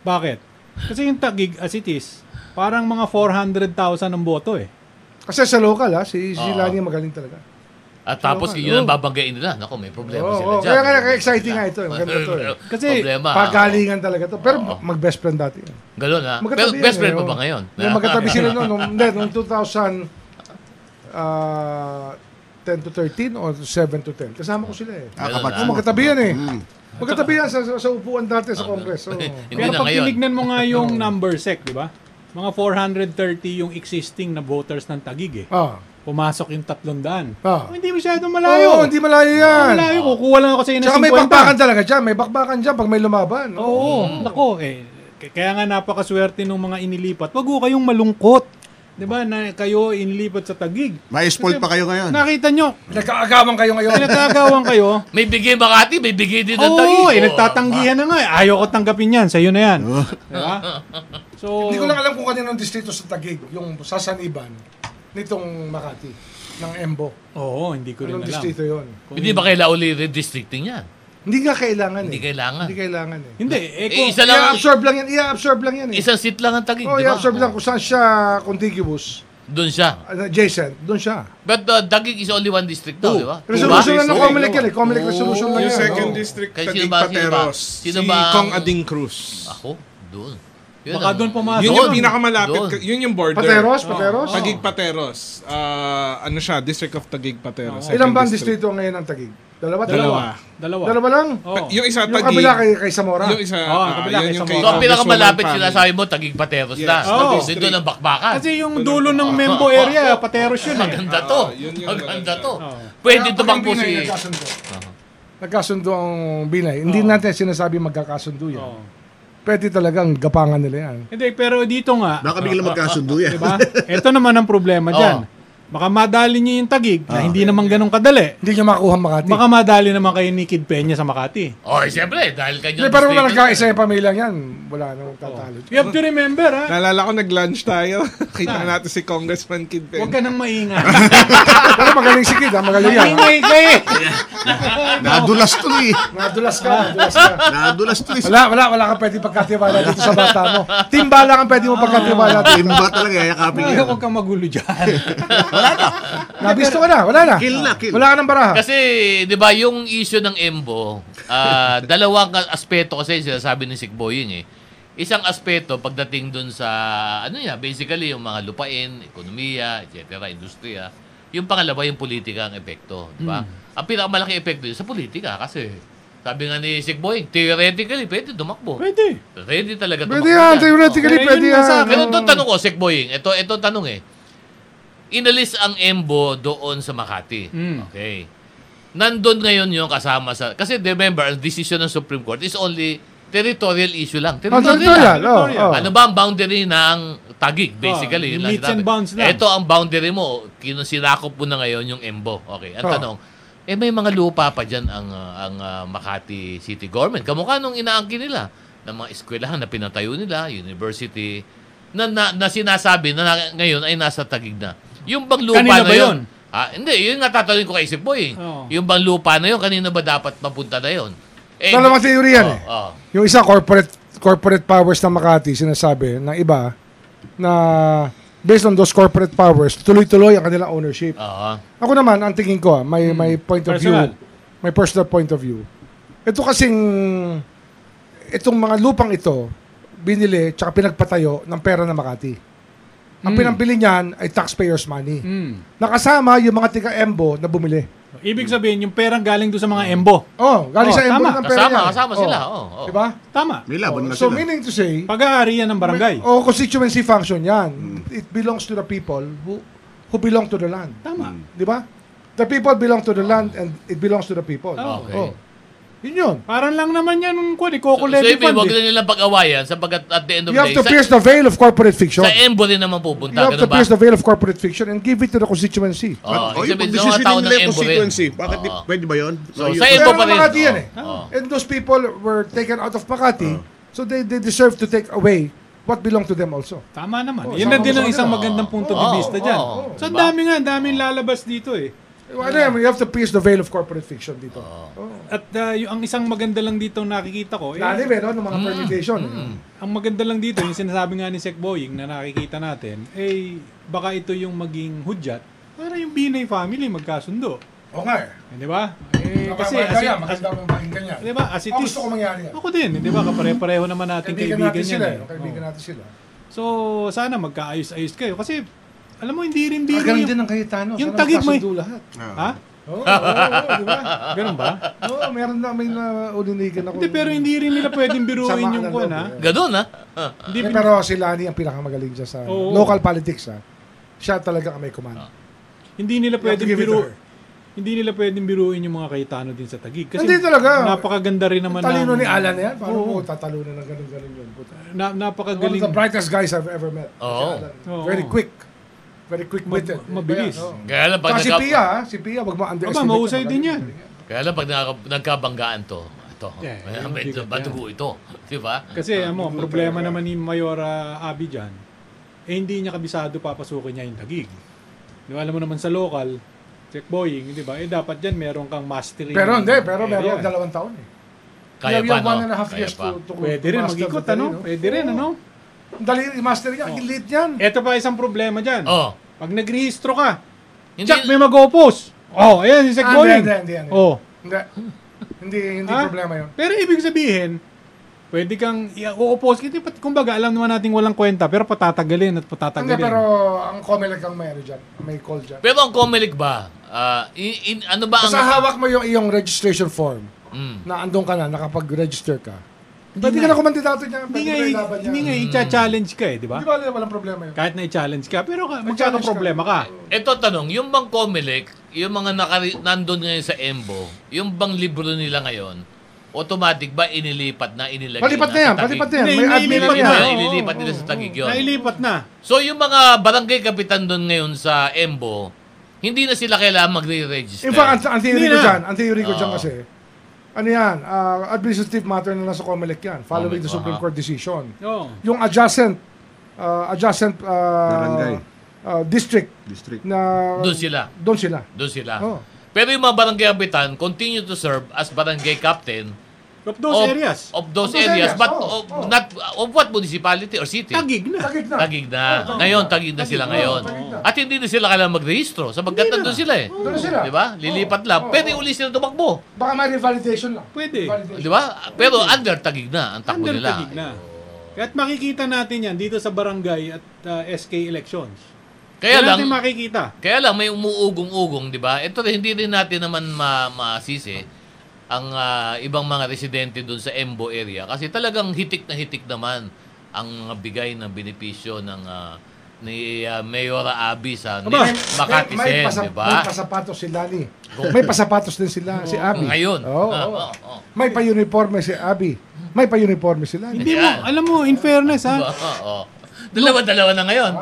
Bakit? Kasi yung Tagig as it is, parang mga 400,000 ang boto eh.
Kasi sa local ha, si, si
Oh.
Oo.
Lani magaling talaga.
At tapos
Sure,
yun
oo.
ang babanggain nila. Nako, may problema
Oo,
sila
oo.
dyan.
Kaya- kaya- kaya exciting nga ito eh. Maganda to eh.
Kasi
problema.
Pagalingan talaga to. Pero
Oh.
mag-best friend dati. yan.
Galon ha. Pero
Magkatabi
ah. best
yan,
friend
eh,
pa
oh.
ba ngayon? Ah,
Hindi, magkatabi sila noon. Nung, hindi, nung 2000, ah, 10 to 13 or 7 to 10. Kasama ko sila eh.
Ah,
Ganun,
kapat-
ah.
Oh, magkatabi yan eh.
Mm.
Magkatabi yan sa, sa, sa upuan dati sa Congress. oh. oo.
Hindi
Pero
na
pag
ngayon.
tinignan mo nga yung number sec, di ba? Mga 430 yung existing na voters ng Tagig eh.
Ah.
Pumasok yung 300.
Ah.
Oh, hindi masyadong
Malayo.
malayo.
Oo, hindi malayo yan.
malayo. Kukuha lang ako sa inyo ng
Tsaka
50.
may bakbakan talaga dyan. May bakbakan dyan pag may lumaban.
Oo.
Mm.
Nako, eh. k- Kaya nga napakaswerte ng mga inilipat. Wag ho kayong malungkot. Di ba? Na kayo inilipat sa Tagig.
May spoil pa kayo ngayon.
Nakita nyo,
Nagkaagawan kayo ngayon.
pinagkagawan kayo.
ah. May bigay Makati, may bigay din ng
Oo, eh,
Oo.
nagtatanggihan na nga. eh. Ayaw ko tanggapin yan. Sa'yo na yan.
Oh.
Di ba? So,
Hindi ko lang alam kung kaninong distrito sa Taguig, yung sa San Iban, nitong Makati, ng Embo.
oo, hindi ko rin
Anong
alam.
distrito yon?
Hindi ba kailangan ulit redistricting yan?
Hindi nga kailangan
Hindi
eh.
kailangan.
Hindi kailangan eh.
Hindi, eh,
Eh,
kung,
isa lang,
I-absorb lang yan. I-absorb lang yan eh.
isang seat lang ang tagig,
oh,
di ba?
i-absorb lang
Oo.
kung saan siya contiguous, Ah,
Doon siya.
adjacent, doon siya.
But uh, Dagig is only one district daw, di ba?
Resolution
Diba?
na ng Comelec yan eh. Comelec resolution na yan.
Yung second
oh.
district,
Kaya
Taguig
sino ba- sino ba-
Pateros.
sino
si
ba ang-
Kong Ading Cruz.
Ako, doon. Yun
Baka
ang-
doon pumasok.
Yun
Doon.
yung pinakamalapit.
Doon.
ka- Yun yung
Ah,
border.
Pateros, Pateros.
Taguig Pateros. Ah, ano siya? District of Taguig
Ilan
Pateros. Second
ba ang Ah, distrito ngayon ng Taguig? Dalawa?
dalawa.
Dalawa.
Dalawa.
Dalawa lang?
Oo.
Yung
Oh.
isa
Yung
Taguig.
kabila kay, kay Oh, Zamora.
Yung isa.
Oo,
ah,
kabila kay
yun yung
Samora.
kay
So, ang
Congresswoman
pinakamalapit
Pang.
sinasabi mo, Tagig Pateros na.
Yes,
Oo.
Doon doon ang bakbakan.
Kasi yung dulo ng Membo area, Pateros yun eh.
Maganda to.
Ah, yun yung
Maganda
maganda.
to.
Oo.
Pwede
Kaya pag
tumakbo
hindi na
si...
nagkasundo. Uh-huh. Nagkasundo ang binay. Hindi
Oo.
natin sinasabi magkakasundo yan.
Oo.
Pwede talagang gapangan nila yan.
Hindi, pero dito nga,
Baka biglang magkasundo yan.
di ba? Ito naman ang problema
Oh.
dyan. Baka madali niyo yung tagig
Ah.
na hindi naman ganun kadali.
Hindi niya makuha ang Makati.
Baka madali naman kayo ni Kid Peña sa Makati.
Oh, eh, siyempre, dahil
Hindi,
kanyang
pero wala
distrito-
nagkaisa yung pamilyang yan. Wala nang tatalo.
You have to remember, ha?
Naalala ko, nag-lunch tayo. Kita natin si Congressman Kid Pen.
Huwag ka nang maingay.
Pero magaling si Kid, ha? magaling Ano yan. ha?
maingay ka eh.
Nadulas to eh.
Nadulas ka, nadulas ka.
Nadulas to eh.
Wala, wala, wala kang pwede pagkatiwala dito sa bata
Ah.
mo. Timbala kang pwede mo pagkatiwala dito.
Timba talaga, yakapin yan.
Huwag kang magulo dyan.
Nabisto ka na, wala na.
Kill na, kill.
Wala ka ng baraha.
Kasi, di ba, yung issue ng EMBO, ah, dalawang ka- aspeto kasi sinasabi ni Sikbo yun eh. Isang aspeto pagdating dun sa, ano niya, basically yung mga lupain, ekonomiya, etc., industriya. Yung pangalawa, yung politika ang epekto. Di ba?
Mm.
Ang pinakamalaking epekto yun sa politika kasi, sabi nga ni Sikboy, theoretically, pwede tumakbo.
Pwede.
Ready talaga
Pwede
tumakbo
yan,
dyan.
theoretically
Okay,
pwede
yun lang
yan. Ah,
sa
Pero ito
Oo.
tanong ko, Sek Boying, ito, ito tanong eh. Inalis ang Embo doon sa Makati.
Hmm.
Okay. Nandun ngayon yung kasama sa... Kasi remember, ang decision ng Supreme Court is only territorial issue lang.
Oh, territorial,
lang.
oh, oh.
Ano ba ang boundary ng Tagig,
Oh,
basically? Yun lang
meets and
sinabi.
bounds lang.
Ito ang boundary mo. Kinasirakop mo na ngayon yung Embo. Okay, ang
Oh.
tanong, eh may mga lupa pa dyan ang, uh, ang uh, Makati City Government. Kamukha nung inaangkin nila ng mga eskwelahan na pinatayo nila, university, na, na, na sinasabi na, na- ngayon ay nasa Tagig na. Yung bang lupa
Kanina
na
ba
yun?
yun? Oh.
Ah, hindi, yun nga tatanungin ko kay Isip Boy. eh.
Oo.
Yung bang lupa na yun, kanina ba dapat mapunta na yun? Eh,
Dalawang teorya yan
oh,
eh.
oh.
Yung isa corporate corporate powers ng Makati sinasabi ng iba na based on those corporate powers, tuloy-tuloy ang kanilang ownership.
Oo.
Ako naman, ang tingin ko, ah,
Hmm.
may, may point of
Personal.
view, may personal point of view. Ito kasing, itong mga lupang ito, binili tsaka pinagpatayo ng pera ng Makati.
Hmm.
Hmm.
Ang pinambili niyan ay taxpayers' money.
Mm.
Nakasama yung mga tiga-embo na bumili.
Ibig sabihin, yung perang galing doon sa mga embo.
Oh, galing
Oh,
sa embo
tama.
ng pera
Kasama,
niyan. eh.
kasama sila, oh, oh.
Diba?
Tama.
May laban na
so,
sila.
meaning to say,
Pag-aari yan ng barangay.
o constituency function yan.
Hmm.
It belongs to the people who, who belong to the land.
Tama.
Di ba? The people belong to the land and it belongs to the people.
Okay.
Oh. Yun yun.
Parang lang naman yan ng kuwan,
So,
i-coco
so
levy
ibig,
fund.
wag
eh.
na nilang pag-awayan sapagkat at the end of
You
the
have
day,
to
sa,
pierce the veil of corporate fiction.
sa embo rin naman pupunta.
You have to
ganun ba?
pierce the oh, veil of corporate fiction and give it to the constituency.
Oo,
o
ibig sabihin,
yung
mga
pagdesisyon
tao ng
nila yung
embo rin.
constituency. Bakit di-
Oo.
pwede ba yun?
So,
yun-
sa
Pero
Embo pa rin.
Makati yan eh.
Oo.
And those people were taken out of Makati, so they, they deserve to take away what belong to them also.
Tama naman.
Oh,
yan na
tama
din ang
naman.
isang magandang punto de
Oo,
vista dyan.
oo,
so, ang
diba?
dami nga, ang daming lalabas dito eh.
Ano yan, you have to pierce the veil of corporate fiction dito.
At ah, yung, ang isang maganda lang dito nakikita ko, eh,
Lalim eh, no, ng mga permutation. eh.
ang maganda lang dito, yung sinasabi nga ni Sec Boying na nakikita natin, eh, baka ito yung maging hudyat para yung Binay family magkasundo.
Oo nga eh.
Eh, Di ba? Eh, kasi, as
kasi,
it, as,
maganda ang pakinggan yan.
di ba, as it is,
Ako Oh, gusto ko mangyari yan.
ako din, eh, di ba? Kapare-pareho naman natin
Kaibigan
kaibigan,
natin
yan.
sila eh.
eh.
Kaibigan
Oo.
natin sila.
So, sana magkaayos-ayos kayo. Kasi, alam mo, hindi rin biro
Ah, ganun
yung-
din ang Cayetano.
yung
Sana
tagig mo eh.
magkasundo lahat.
Ha?
Oo, oo, oo, di ba?
Ganun ba?
Oo, meron na, may naulinigan ako.
Hindi, pero hindi rin nila pwedeng biruin
Sama
yung
ng
kuwan,
loob,
ha?
eh.
Ganun, ah. ha?
Hindi,
Eh, pero si Lani ang pinakamagaling dyan sa
Oo. Ah.
local politics ha. Siya talaga ang may command.
hindi nila
You have to
pwedeng
give it to
biruin.
her.
Hindi nila pwedeng biruin yung mga Cayetano din sa Taguig. Kasi
Hindi talaga.
napakaganda rin
Ang
naman
Talino
ng-
ni Alan eh. yan. Paano
Oo.
mo tatalunan ng ganun-ganun yun? Puta.
Na,
One of
napakagaling.
the brightest guys I've ever met.
Oo.
Si Alan.
Oo.
Very quick. Very quick-witted.
Ma- mabilis.
Kaya, oo.
Kaya lang, pag
Saka si
nagka-
Pia, ha? si Pia, wag mo
Aba,
underestimate.
mahusay
Magaling.
din yan.
Kaya lang, pag nagka- nagkabanggaan to, ito,
Yeah,
yeah,
yung bigat
batugo ito. Di ba?
Kasi,
Ah,
ano, ang problema naman ni Mayora Abi dyan, eh, hindi niya kabisado papasukin niya yung Taguig. Di ba, alam mo naman sa local, checkboying, di ba? Eh, dapat dyan meron kang mastery.
Pero
ng
hindi, pero meron
area.
dalawang taon eh.
Kaya
You
pa,
have
no?
one and a half
Kaya
years
pa.
to, to
Pwede
to
rin
master
mag-ikot,
the
ano?
terrain, no? Oh.
Pwede rin, ano?
Ang dali i-master niya.
Oh.
Ang elite yan.
Ito pa isang problema dyan.
Oh.
Oo.
Pag nagrehistro ka,
Oh, Hindi,
Jack, may mag-oppose. Oh, ayan, si Sec
Ah,
Boying.
hindi, hindi, hindi.
Oh.
Hindi. Hindi, hindi
Ha?
problema yun.
Pero ibig sabihin, pwede kang i-oppose. Kasi pat- kumbaga, alam naman natin walang kwenta, pero patatagalin at
Hindi,
patatagalin.
pero ang Comelec ang may ano dyan. ang May call dyan.
pero ang Comelec ba? Ah, in, in- ano ba ang...
Basta hawak mo yung iyong registration form
Mm.
na andun ka na, nakapag-register ka. Pwede ka na kumandidato niya.
hindi
Pwede
nga,
ka
i-
ilaban niya.
hindi nga i-challenge ka eh, di ba?
Hindi ba walang problema yun?
Kahit na i-challenge ka, pero ka-
challenge
magkakaroon
ka.
problema ka.
Ito tanong, yung bang Comelec, yung mga nakari- nandun ngayon sa Embo, yung bang libro nila ngayon, automatic ba inilipat na inilagay
Palipat na
sa
yan,
Taguig?
palipat na yan. May
Hindi,
admin
hindi,
pa
hindi,
yan.
hindi,
Oo,
Inilipat
oo,
nila
oo,
sa
oo.
Taguig yun.
Nailipat na.
So yung mga barangay kapitan doon ngayon sa Embo, hindi na sila kailangan magre-register.
In fact, ang, ang theory
Hindi Oh.
ko
na.
dyan, ang theory ko dyan
Oo.
kasi, ano yan, ah, administrative matter na nasa Comelec yan, following
Comelec,
the Supreme
aha.
Court decision.
Oo.
Yung adjacent, ah, adjacent ah,
Barangay.
ah, district
District.
na
doon sila.
doon sila.
Doon sila.
Oo.
Pero yung mga barangay kapitan, continue to serve as barangay captain
Of those areas.
Of
Of those
those
areas,
areas, but
oh,
of, not of what municipality or city?
Tagig na.
Tagig na.
Tagig na. ngayon, tagig na sila ngayon.
tagig na.
At hindi na sila kailangan magrehistro
Hindi
sapagkat
na.
nandun sila eh.
Doon sila.
Di ba? Lilipat lang.
Oo.
Pwede uli sila tumakbo.
Baka may revalidation lang.
Pwede.
Di ba? Pero under tagig na ang takbo
Under
nila.
tagig na. At makikita natin yan dito sa barangay at uh, SK elections.
Kaya
Yan
lang,
natin makikita.
kaya lang may umuugong-ugong, di ba? Ito rin, hindi rin natin naman ma masisi ang ah, ibang mga residente doon sa Embo area kasi talagang hitik na hitik naman ang mga bigay ng benepisyo ng ah, ni ah, Mayor Abi sa
Aba,
Nip- Makati Sen,
pasa-
di
May
ba?
pasapatos sila ni. May pasapatos din sila, si Abby.
Oh, Ngayon.
Oo,
Ah,
oo.
oo, oo.
May pa-uniforme si Abby. May pa-uniforme si Lani.
Hindi mo,
Ayan. Diba?
alam mo, in fairness ha,
Oo, oo. Dalawa-dalawa na ngayon.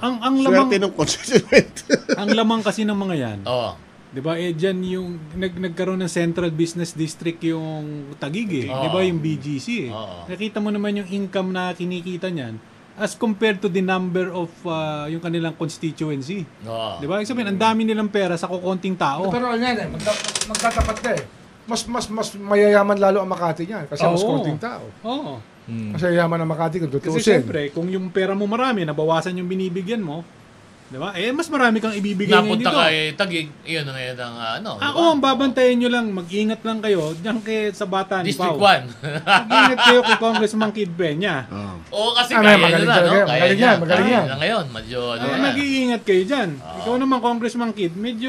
ang ang lamang
Swerte ng constituent.
ang lamang kasi ng mga yan.
Oo.
'Di ba? Eh diyan yung nag nagkaroon ng Central Business District yung Taguig, eh.
Oo.
'di ba? Yung BGC. Eh.
Oo.
Nakita mo naman yung income na kinikita niyan as compared to the number of ah, yung kanilang constituency.
Oo.
'Di ba? Ibig sabihin, ang dami nilang pera sa kukonting
Oh.
tao.
Pero ano yan eh, magda- magtatapat na eh. Mas, mas, mas mayayaman lalo ang Makati niyan kasi mas
Oo.
konting tao.
Oo.
Hmm.
Mas yayaman ang Makati kung
Kasi
tutusin.
syempre, kung yung pera mo marami, nabawasan yung binibigyan mo, 'di ba? Eh mas marami kang ibibigay ngayon
Napunta eh.
dito.
kay Tagig, yun na ngayon ang ah, ano. di
Ako,
ba?
ang babantayan nyo lang, mag-ingat lang kayo, diyan kay sa bata ni
District
Pao.
1.
Mag-ingat kayo kay Congressman Kid Peña.
Oo, kasi
Ah,
kaya
magaling
nyo na,
talaga
no?
yan,
Kaya
magaling
niya.
yan, magaling
Kaya
yan. Ah,
na ngayon, medyo ano
Kaya
na.
mag-iingat kayo dyan. Ikaw naman, Congressman Kid, medyo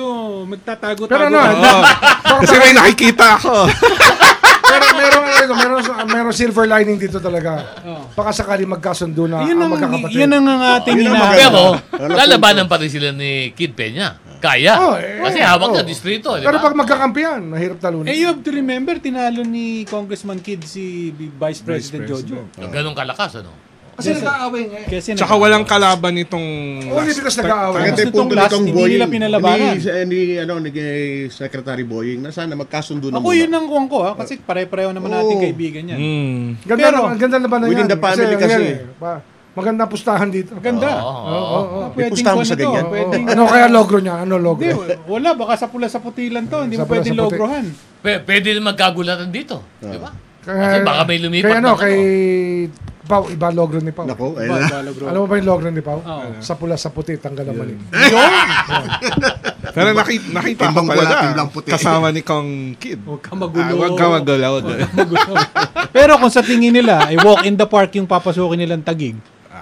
magtatago-tago.
Pero ano,
ka.
Oo. Kasi may nakikita ako.
pero meron, meron, meron, meron silver lining dito talaga.
Oo.
Baka sakali magkasundo na
Oh. Yun
ah, ang
ang,
magkakapatid.
yun ang, ang ating
Yun ang
hinahanap.
Pero,
Ah,
Ano
lalabanan pa rin sila ni Kid Peña. Kaya.
Oo, eh,
kasi
eh,
hawak
oo.
na distrito, di
Pero
ba?
pag magkakampihan, mahirap talunin.
Eh, you have to remember, tinalo ni Congressman Kid si B- Vice President, Jojo.
Ganong kalakas, ano?
kasi nag-aaway nga eh.
Kasi
Tsaka walang kalaban itong
Only because
Mas
nag-aaway.
Maganda yung
nitong
punto
last,
nitong
hindi
Boying.
nila pinalabanan.
Ni, ni, ano, ni kay Secretary Boying na sana magkasundo na
Ako
muna.
yun ang kuwang ko, ha? Kasi pare-pareho naman natin
Oo.
kaibigan yan.
Hmm.
Ganda
Pero,
na, ang ganda na ba na
within
yan?
the family
ano yan
kasi.
eh, pa- magandang pustahan dito.
Ganda.
Oo,
Oh,
oo.
pwedeng
Ipusta mo
kuwan
sa
ito,
ganyan. Oo.
Pwedeng,
ano kaya logro niya? Ano logro?
Hindi, wala. Baka sa pula sa puti lang to. Hindi mo
Sa pula
pwedeng
sa puti.
logrohan.
P- pwede rin magkagulatan dito, di ba?
Kaya-
Kasi baka may lumipat
Kaya ano,
na-
kay Pau, iba logro ni Pau.
Nako, ayun
Ba,
eh, na.
ba, logro?
Alam mo ba yung logro ni Pau?
Oo.
Sa pula, sa puti, tanggal ang mali.
Pero nakita, nakita ko
Timbang
pala
pula, timbang puti.
kasama ni Kong Kid.
Oh,
Huwag ka
Ah,
magulo.
Huwag ka magalaw doon.
Pero kung sa tingin nila, ay walk in the park yung papasukin nilang tagig,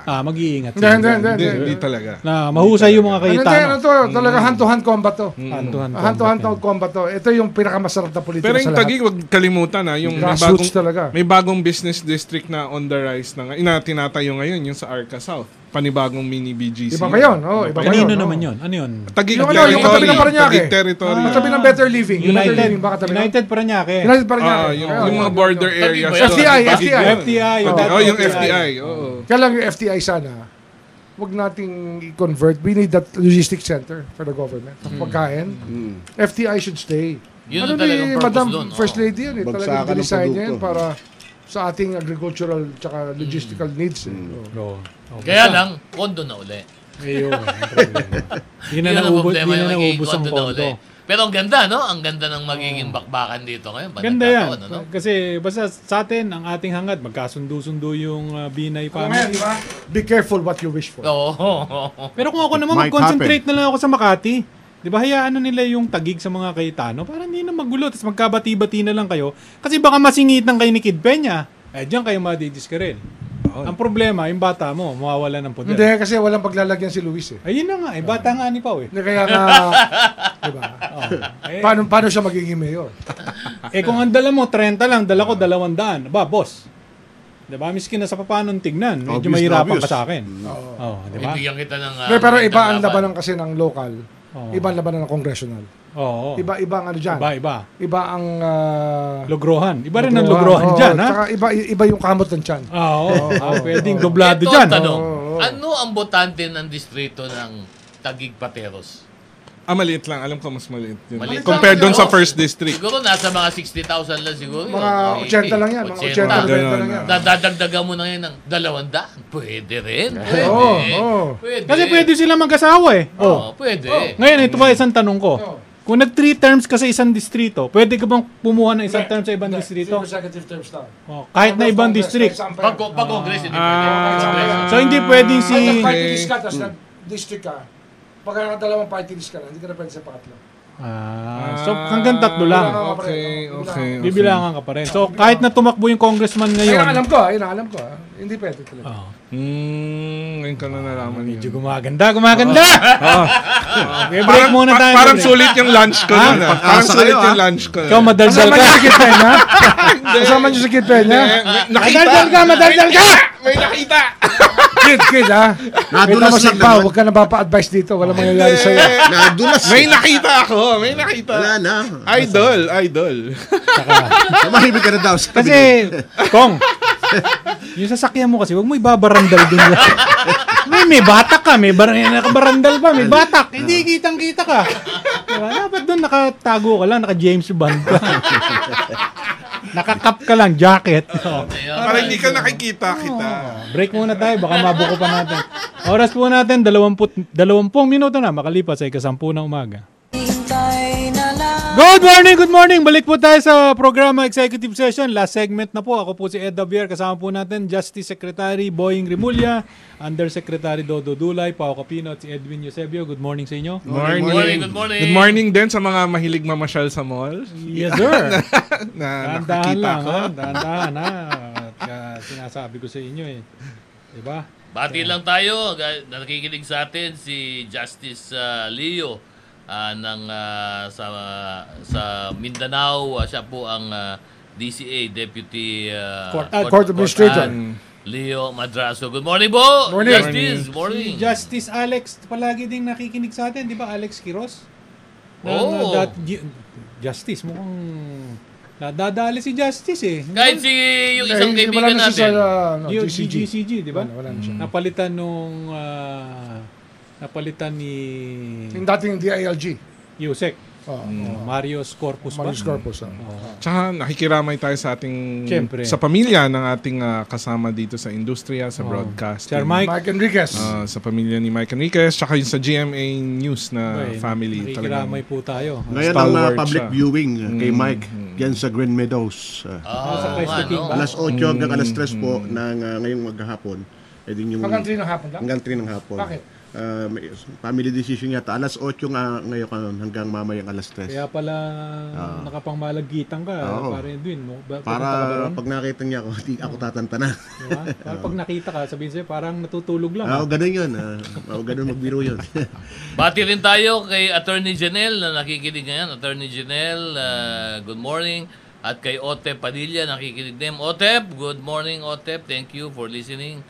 ah, mag-iingat
Hindi, hindi,
sila.
hindi.
Hindi,
hindi.
hindi talaga.
Na mahusay yung mga
Ano to, ano
kayitano.
to? Talaga hand-to-hand combat to.
Hantuhan ko.
Hand-to-hand combat to. Ito yung pinakamasarap na politika
Pero
sa
yung
lahat.
Taguig, wag kalimutan na yung may bagong,
Grassroots talaga.
may bagong business district na on the rise na, nga- na tinatayo ngayon, yung sa Arca South. Panibagong mini BGC.
Iba pa yun, oo, iba pa
Kanino
yun,
naman
oo.
yun? Ano yun?
Taguig
Yung ano,
territory.
yung katabi ng Paranaque.
Taguig territory.
Katabi ng Better Living. Yung Better
United,
Living ba katabi ng-
United Paranaque.
United pa rin
Ah,
yan.
yung,
Kaya,
yung mga
yun,
border
yun.
areas.
ba yun?
doon.
FTI, FTI.
Yung FTI.
Oh,
dati
oh, yung FTI. Oo.
Kaya lang yung FTI sana, wag nating i-convert. We need that logistics center for the government. Ang Pagkain. FTI should stay.
Yun
ano
ang talagang
ni
purpose
Madam
doon, oo.
First Lady yan eh.
Bagsakan
Talagang
ng
design niya yan
produkto.
para sa ating agricultural tsaka logistical
Mm.
needs. Eh. Oo.
Oo.
Kaya lang, kondo na uli.
Ayun. ang problema. Di na
Yun ang
naubos,
problema,
di na
yung
naubos ang
kondo na uli.
kondo.
Pero ang ganda, no? Ang ganda ng magiging bakbakan dito ngayon.
Ganda yan.
Panagkataon, ano?
Kasi basta sa atin, ang ating hangad, magkasundo-sundo yung ah, Binay
Ano yan,
family.
di ba? Be careful what you wish for.
Oo.
Pero kung ako naman,
Might
mag-concentrate na lang ako sa Makati. Di ba, hayaan na nila yung tagig sa mga Cayetano para hindi na magulo. Tapos magkabati-bati na lang kayo. Kasi baka masingitan kayo ni Kid Peña. Eh, diyan kayo madidiskarel. Ang problema, yung bata mo, mawawala ng poder.
Hindi, kasi walang paglalagyan si Luis eh.
Ayun na nga, eh, bata nga ni Pao eh.
Hindi, Kaya nga, di ba?
Eh,
Paano, paano siya magiging mayor?
eh, kung ang dala mo, 30 lang, dala ko 200. Ba, boss. Di ba, miskin na sa papanong tignan, medyo
Obvious na
mahirapan
obvious.
ka sa akin. Oh, di ba?
Bibigyan kita ng... ah,
Hindi, pero iba ang
kalaban.
labanan kasi ng local.
Oo.
Iba ang labanan ng congressional.
Oo. Iba,
Iba iba ang ano dyan.
iba, iba.
Iba ang ah,
Logrohan. Iba rin ang logrohan
Oo,
dyan, ha?
tsaka iba iba yung kamot ng tiyan.
Oo, ah, pwedeng
Ito
doblado
ang
dyan.
tanong.
Oo, oo.
Ano ang botante ng distrito ng Tagig Pateros?
Ah, maliit lang. Alam ko mas maliit. Yun.
Maliit lang.
Compared Ano doon sa
Oo.
first district.
Siguro nasa mga 60,000 lang siguro.
Mga 80 lang yan, mga
Ah,
80 90
80.
lang
Ah,
yan.
Dadagdagan mo na ngayon ng 200. Pwede rin. Pwede.
Oo, oo.
Pwede.
Kasi pwede sila mag-asawa eh.
Oo, pwede.
Ngayon, ito pa isang tanong ko. Kung nag three terms ka sa isang distrito, pwede ka bang pumuha ng isang term sa ibang distrito?
Consecutive terms lang.
Oh, kahit na ibang district.
Pag, pag Congress, hindi
Ah.
So hindi pwedeng si...
Ay, nag-party
Okay.
list ka,
Hmm.
tapos nag-district ka. Pag nakadalawang party list ka na, hindi ka na pwede sa pangatlo.
Ah, so hanggang tatlo lang.
Okay, Ah, okay. okay.
Bibilangan ka pa rin. So kahit na tumakbo yung congressman
Ayun ang
ngayon,
alam ko, ayun ang alam ko. ah. Hindi pwede talaga.
Hmm, ngayon ko na nalaman
medyo
yun.
gumaganda, gumaganda! Okay, break muna Ano
pa-
tayo.
Ah. parang
break.
sulit yung lunch
Ha?
ko nun. ah. Parang
Pagkasa
sulit
kayo,
yung
ah.
lunch ko.
Ikaw madaldal
Kasama niyo
ka.
si Kid Pen, ha? Kasama niyo si Kid Pen, ha? Madaldal ka, madaldal ka!
May nakita!
Kid, Kid, ha? May
Nadulas
tamasak
lang
pa,
naman.
huwag ka na mapa-advise dito. Walang mangyayari sa'yo.
Nadulas.
May nakita ako. May nakita.
Wala na.
Idol, idol.
Tumahimik ka na daw. sabi
Kasi,
niya.
Kong, yung sasakyan mo kasi, huwag mo ibabarandal dun. may, may batak ka, may bar nakabarandal pa, may batak. Hindi, kitang-kita ka. Diba? Dapat dun nakatago ka lang, naka-James Bond ka. Nakakap ka lang, jacket. Oh.
Parang hindi ka nakikita kita.
Break muna tayo, baka mabuko pa natin. Oras po natin, 20, 20 minuto na makalipas sa ikasampu ng umaga. Good morning, good morning! Balik po tayo sa programa Executive Session. Last segment na po. Ako po si Ed Davier. Kasama po natin Justice Secretary Boying Rimulya, Undersecretary Dodo Dulay, Pao Capino at si Edwin Eusebio. Good morning sa inyo.
Morning.
morning, good morning.
Good morning din sa mga mahilig mamasyal sa mall.
Yes, sir.
na
Dahan-dahan
nakakita
lang, ah.
ko.
ha? Dahan-dahan, ha? At ah, sinasabi ko sa inyo, eh. Diba?
Bati lang tayo. Ga- Nakikinig sa atin si Justice ah, Leo ah, ng ah, sa sa Mindanao. Ah, siya po ang ah, DCA Deputy ah,
Court- ah, Court Administrator.
Ad Leo Madraso. Good morning po.
Morning.
Justice, good morning.
Si Justice Alex, palagi ding nakikinig sa atin, di ba? Alex Quiroz?
Oo.
Na, that- gi- justice, mukhang nadadali si Justice eh.
Kahit si yung isang
Eh, wala
kaibigan
na siya
natin.
sa, ano,
Yung
GCG.
GCG, di ba?
Wala, wala na siya.
Napalitan nung ah, napalitan ni
Yung dating DILG.
Yusek.
Oh,
Hmm.
Marius Corpus ba?
Marius Corpus. ah.
Tsaka nakikiramay tayo sa ating
Siyempre.
sa pamilya ng ating ah, kasama dito sa industriya, sa broadcast.
Sir Mike.
Mike Enriquez.
Ah.
sa pamilya ni Mike Enriquez, tsaka yung sa GMA News na
Ah,
Ay,
family talaga.
nakikiramay po tayo.
Ngayon ang mga
Stalwart
public
siya.
viewing ah, kay
Mm-hmm.
Mike yan sa Green Meadows. Ah,
Ah,
Sa Christ the
ano?
King ba?
alas 8 hanggang alas 3 po
Mm-hmm.
ng ah, ngayong maghahapon. Eh din yung
Hanggang 3 ng hapon lang.
hanggang 3 ng hapon.
Bakit?
Ah, may- family decision yata. Alas 8 nga ngayon ka- hanggang mamayang alas 3.
Kaya pala nakapangmalagitang ka,
Ah. Oo.
para Edwin. No? Ba- pupunta ka ba
Para
ron?
pag nakita niya ako, di ako tatantana.
Diba? Para pag nakita ka, sabihin sa'yo, parang natutulog lang.
Oo, ganun yun. ah. Oo, ganun magbiro yun.
Bati rin tayo kay Attorney Janelle na nakikinig ngayon. Attorney Janelle, uh, good morning. At kay Otep Padilla, nakikinig din. Otep, good morning Otep. Thank you for listening.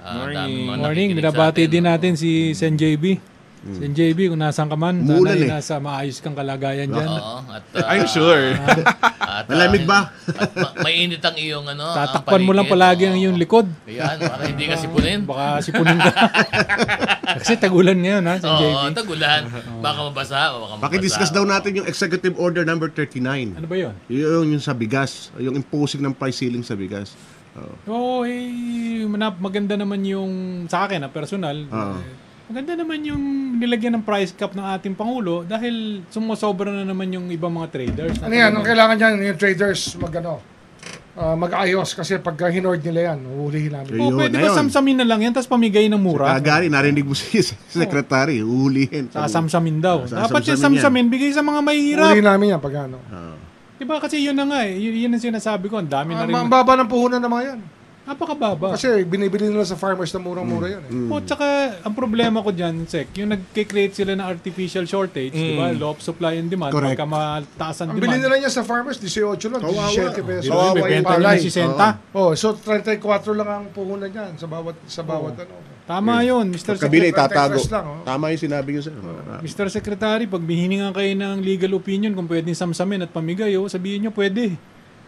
Ah, dami mga
Morning,
nakikinig sa
binabati
atin.
din natin si Sen JB. Sen JB, kung nasaan ka man, sana
Umuulan
ay
Mm. eh.
nasa maayos kang kalagayan dyan.
Oo, at, ah,
I'm sure.
at, ah,
Malamig ba?
at ma- mainit ang iyong ano, ang
Tatakpan mo lang
paligid.
palagi ang
Oo.
iyong likod.
Ayan, para hindi ka sipunin.
Baka sipunin ka. Kasi tagulan ngayon, ha, Sen JB.
Oo, tagulan. Baka mabasa, baka mabasa.
Pakidiscuss daw natin yung Executive Order number 39.
Ano ba yun?
Yung, yung sa bigas, yung imposing ng price ceiling sa bigas. Oh, Oo.
Oo, eh, manap- maganda naman yung, sa akin, ha, personal,
Oo.
eh, maganda naman yung nilagyan ng price cap ng ating Pangulo dahil sumasobra na naman yung ibang mga traders.
Ano yan? Ang kailangan niyan, yung traders, mag ano, ah, mag-ayos. Kasi pagka hinord nila yan, huhulihin namin.
O,
Yun,
"Oh, pwede ba
ayun.
samsamin na lang yan tapos pamigay ng mura?
Kagari, narinig mo si
Oh.
si Secretary, uhulihin.
Sasamsamin daw.
Sasamsamin
Dapat yung
yan.
samsamin, bigay sa mga mahihirap.
Huhulihin namin yan pag ano.
Oo.
Diba kasi yun na nga eh. Yun, yun ang sinasabi ko. Ang dami na
Ah,
rin.
ma- Ang baba ng puhunan ng mga yan.
Napakababa.
Kasi binibili nila sa farmers na murang-mura
Mm.
yan. Eh.
O tsaka, ang problema ko dyan, Sek, yung nagkikreate sila ng artificial shortage, di ba? Law of supply and demand.
Mm. Correct.
Pagka mataas ang
Ang bili
demand.
nila niya sa farmers, 18 lang,
Kawawa.
17
Di
pesos.
ba? Ibebenta nila si Senta.
Oh, so 34 lang ang puhunan niyan sa bawat sa bawat
Oh.
ano.
Tama yun, Mr.
Kabila
Secretary.
itatago.
Lang, oh.
Tama yung sinabi niyo, sir.
Mr. Secretary, pag mihiningan kayo ng legal opinion kung pwedeng samsamin at pamigay, oh, sabihin nyo pwede.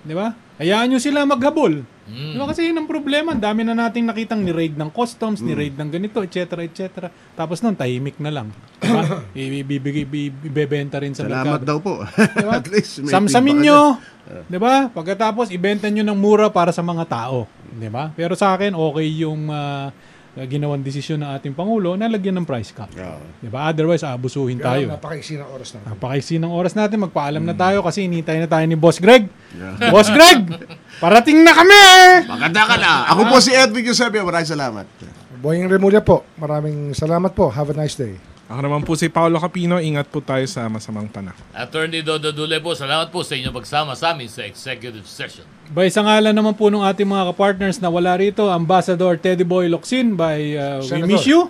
Di ba? Hayaan nyo sila maghabol. Di
Mm.
ba? Kasi yun ang problema. Ang dami na nating nakitang ni-raid ng customs, ni-raid ng ganito, etc. etc. Tapos nun, tahimik na lang. Di ba? Ibibigay, ibi- ibebenta rin sa merkado.
Salamat daw po. At least
Diba?
may
Samsamin
feedback.
nyo, di ba? Pagkatapos, ibenta nyo ng mura para sa mga tao. Di ba? Pero sa akin, okay yung ah, na ginawang desisyon ng ating Pangulo na lagyan ng price cap.
Oo.
Diba? Otherwise, aabusuhin
Kaya
tayo.
napakaiksi ng oras natin.
Napakaiksi ng oras natin. Magpaalam na tayo kasi inintay na tayo ni Boss Greg. Boss Greg, parating na kami!
Maganda ka na. Ako po si Edwin Eusebio. Maraming salamat.
Boying Remulla po, maraming salamat po. Have a nice day.
Ako naman po si Paolo Capino. Ingat po tayo sa masamang panahon.
Attorney Dodo Dule po, salamat po sa inyong pagsama sa amin sa executive session.
By sa ngalan naman po ng ating mga kapartners na wala rito, Ambassador Teddy Boy Locsin by uh, We
Senator.
Miss You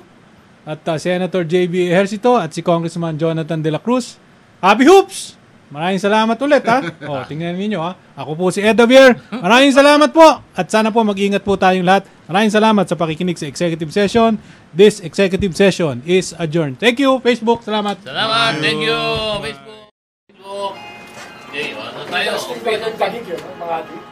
at uh, Senator JB Ejercito at si Congressman Jonathan De La Cruz. Happy Hoops! Maraming salamat ulit ha. O, tingnan ninyo ha. Ako po si Ed Davier. Maraming salamat po. At sana po mag-ingat po tayong lahat. Maraming salamat sa pakikinig sa executive session. This executive session is adjourned. Thank you, Facebook. Salamat.
Salamat, thank you, Facebook. Facebook. Okay, ano tayo?
Thank you, mga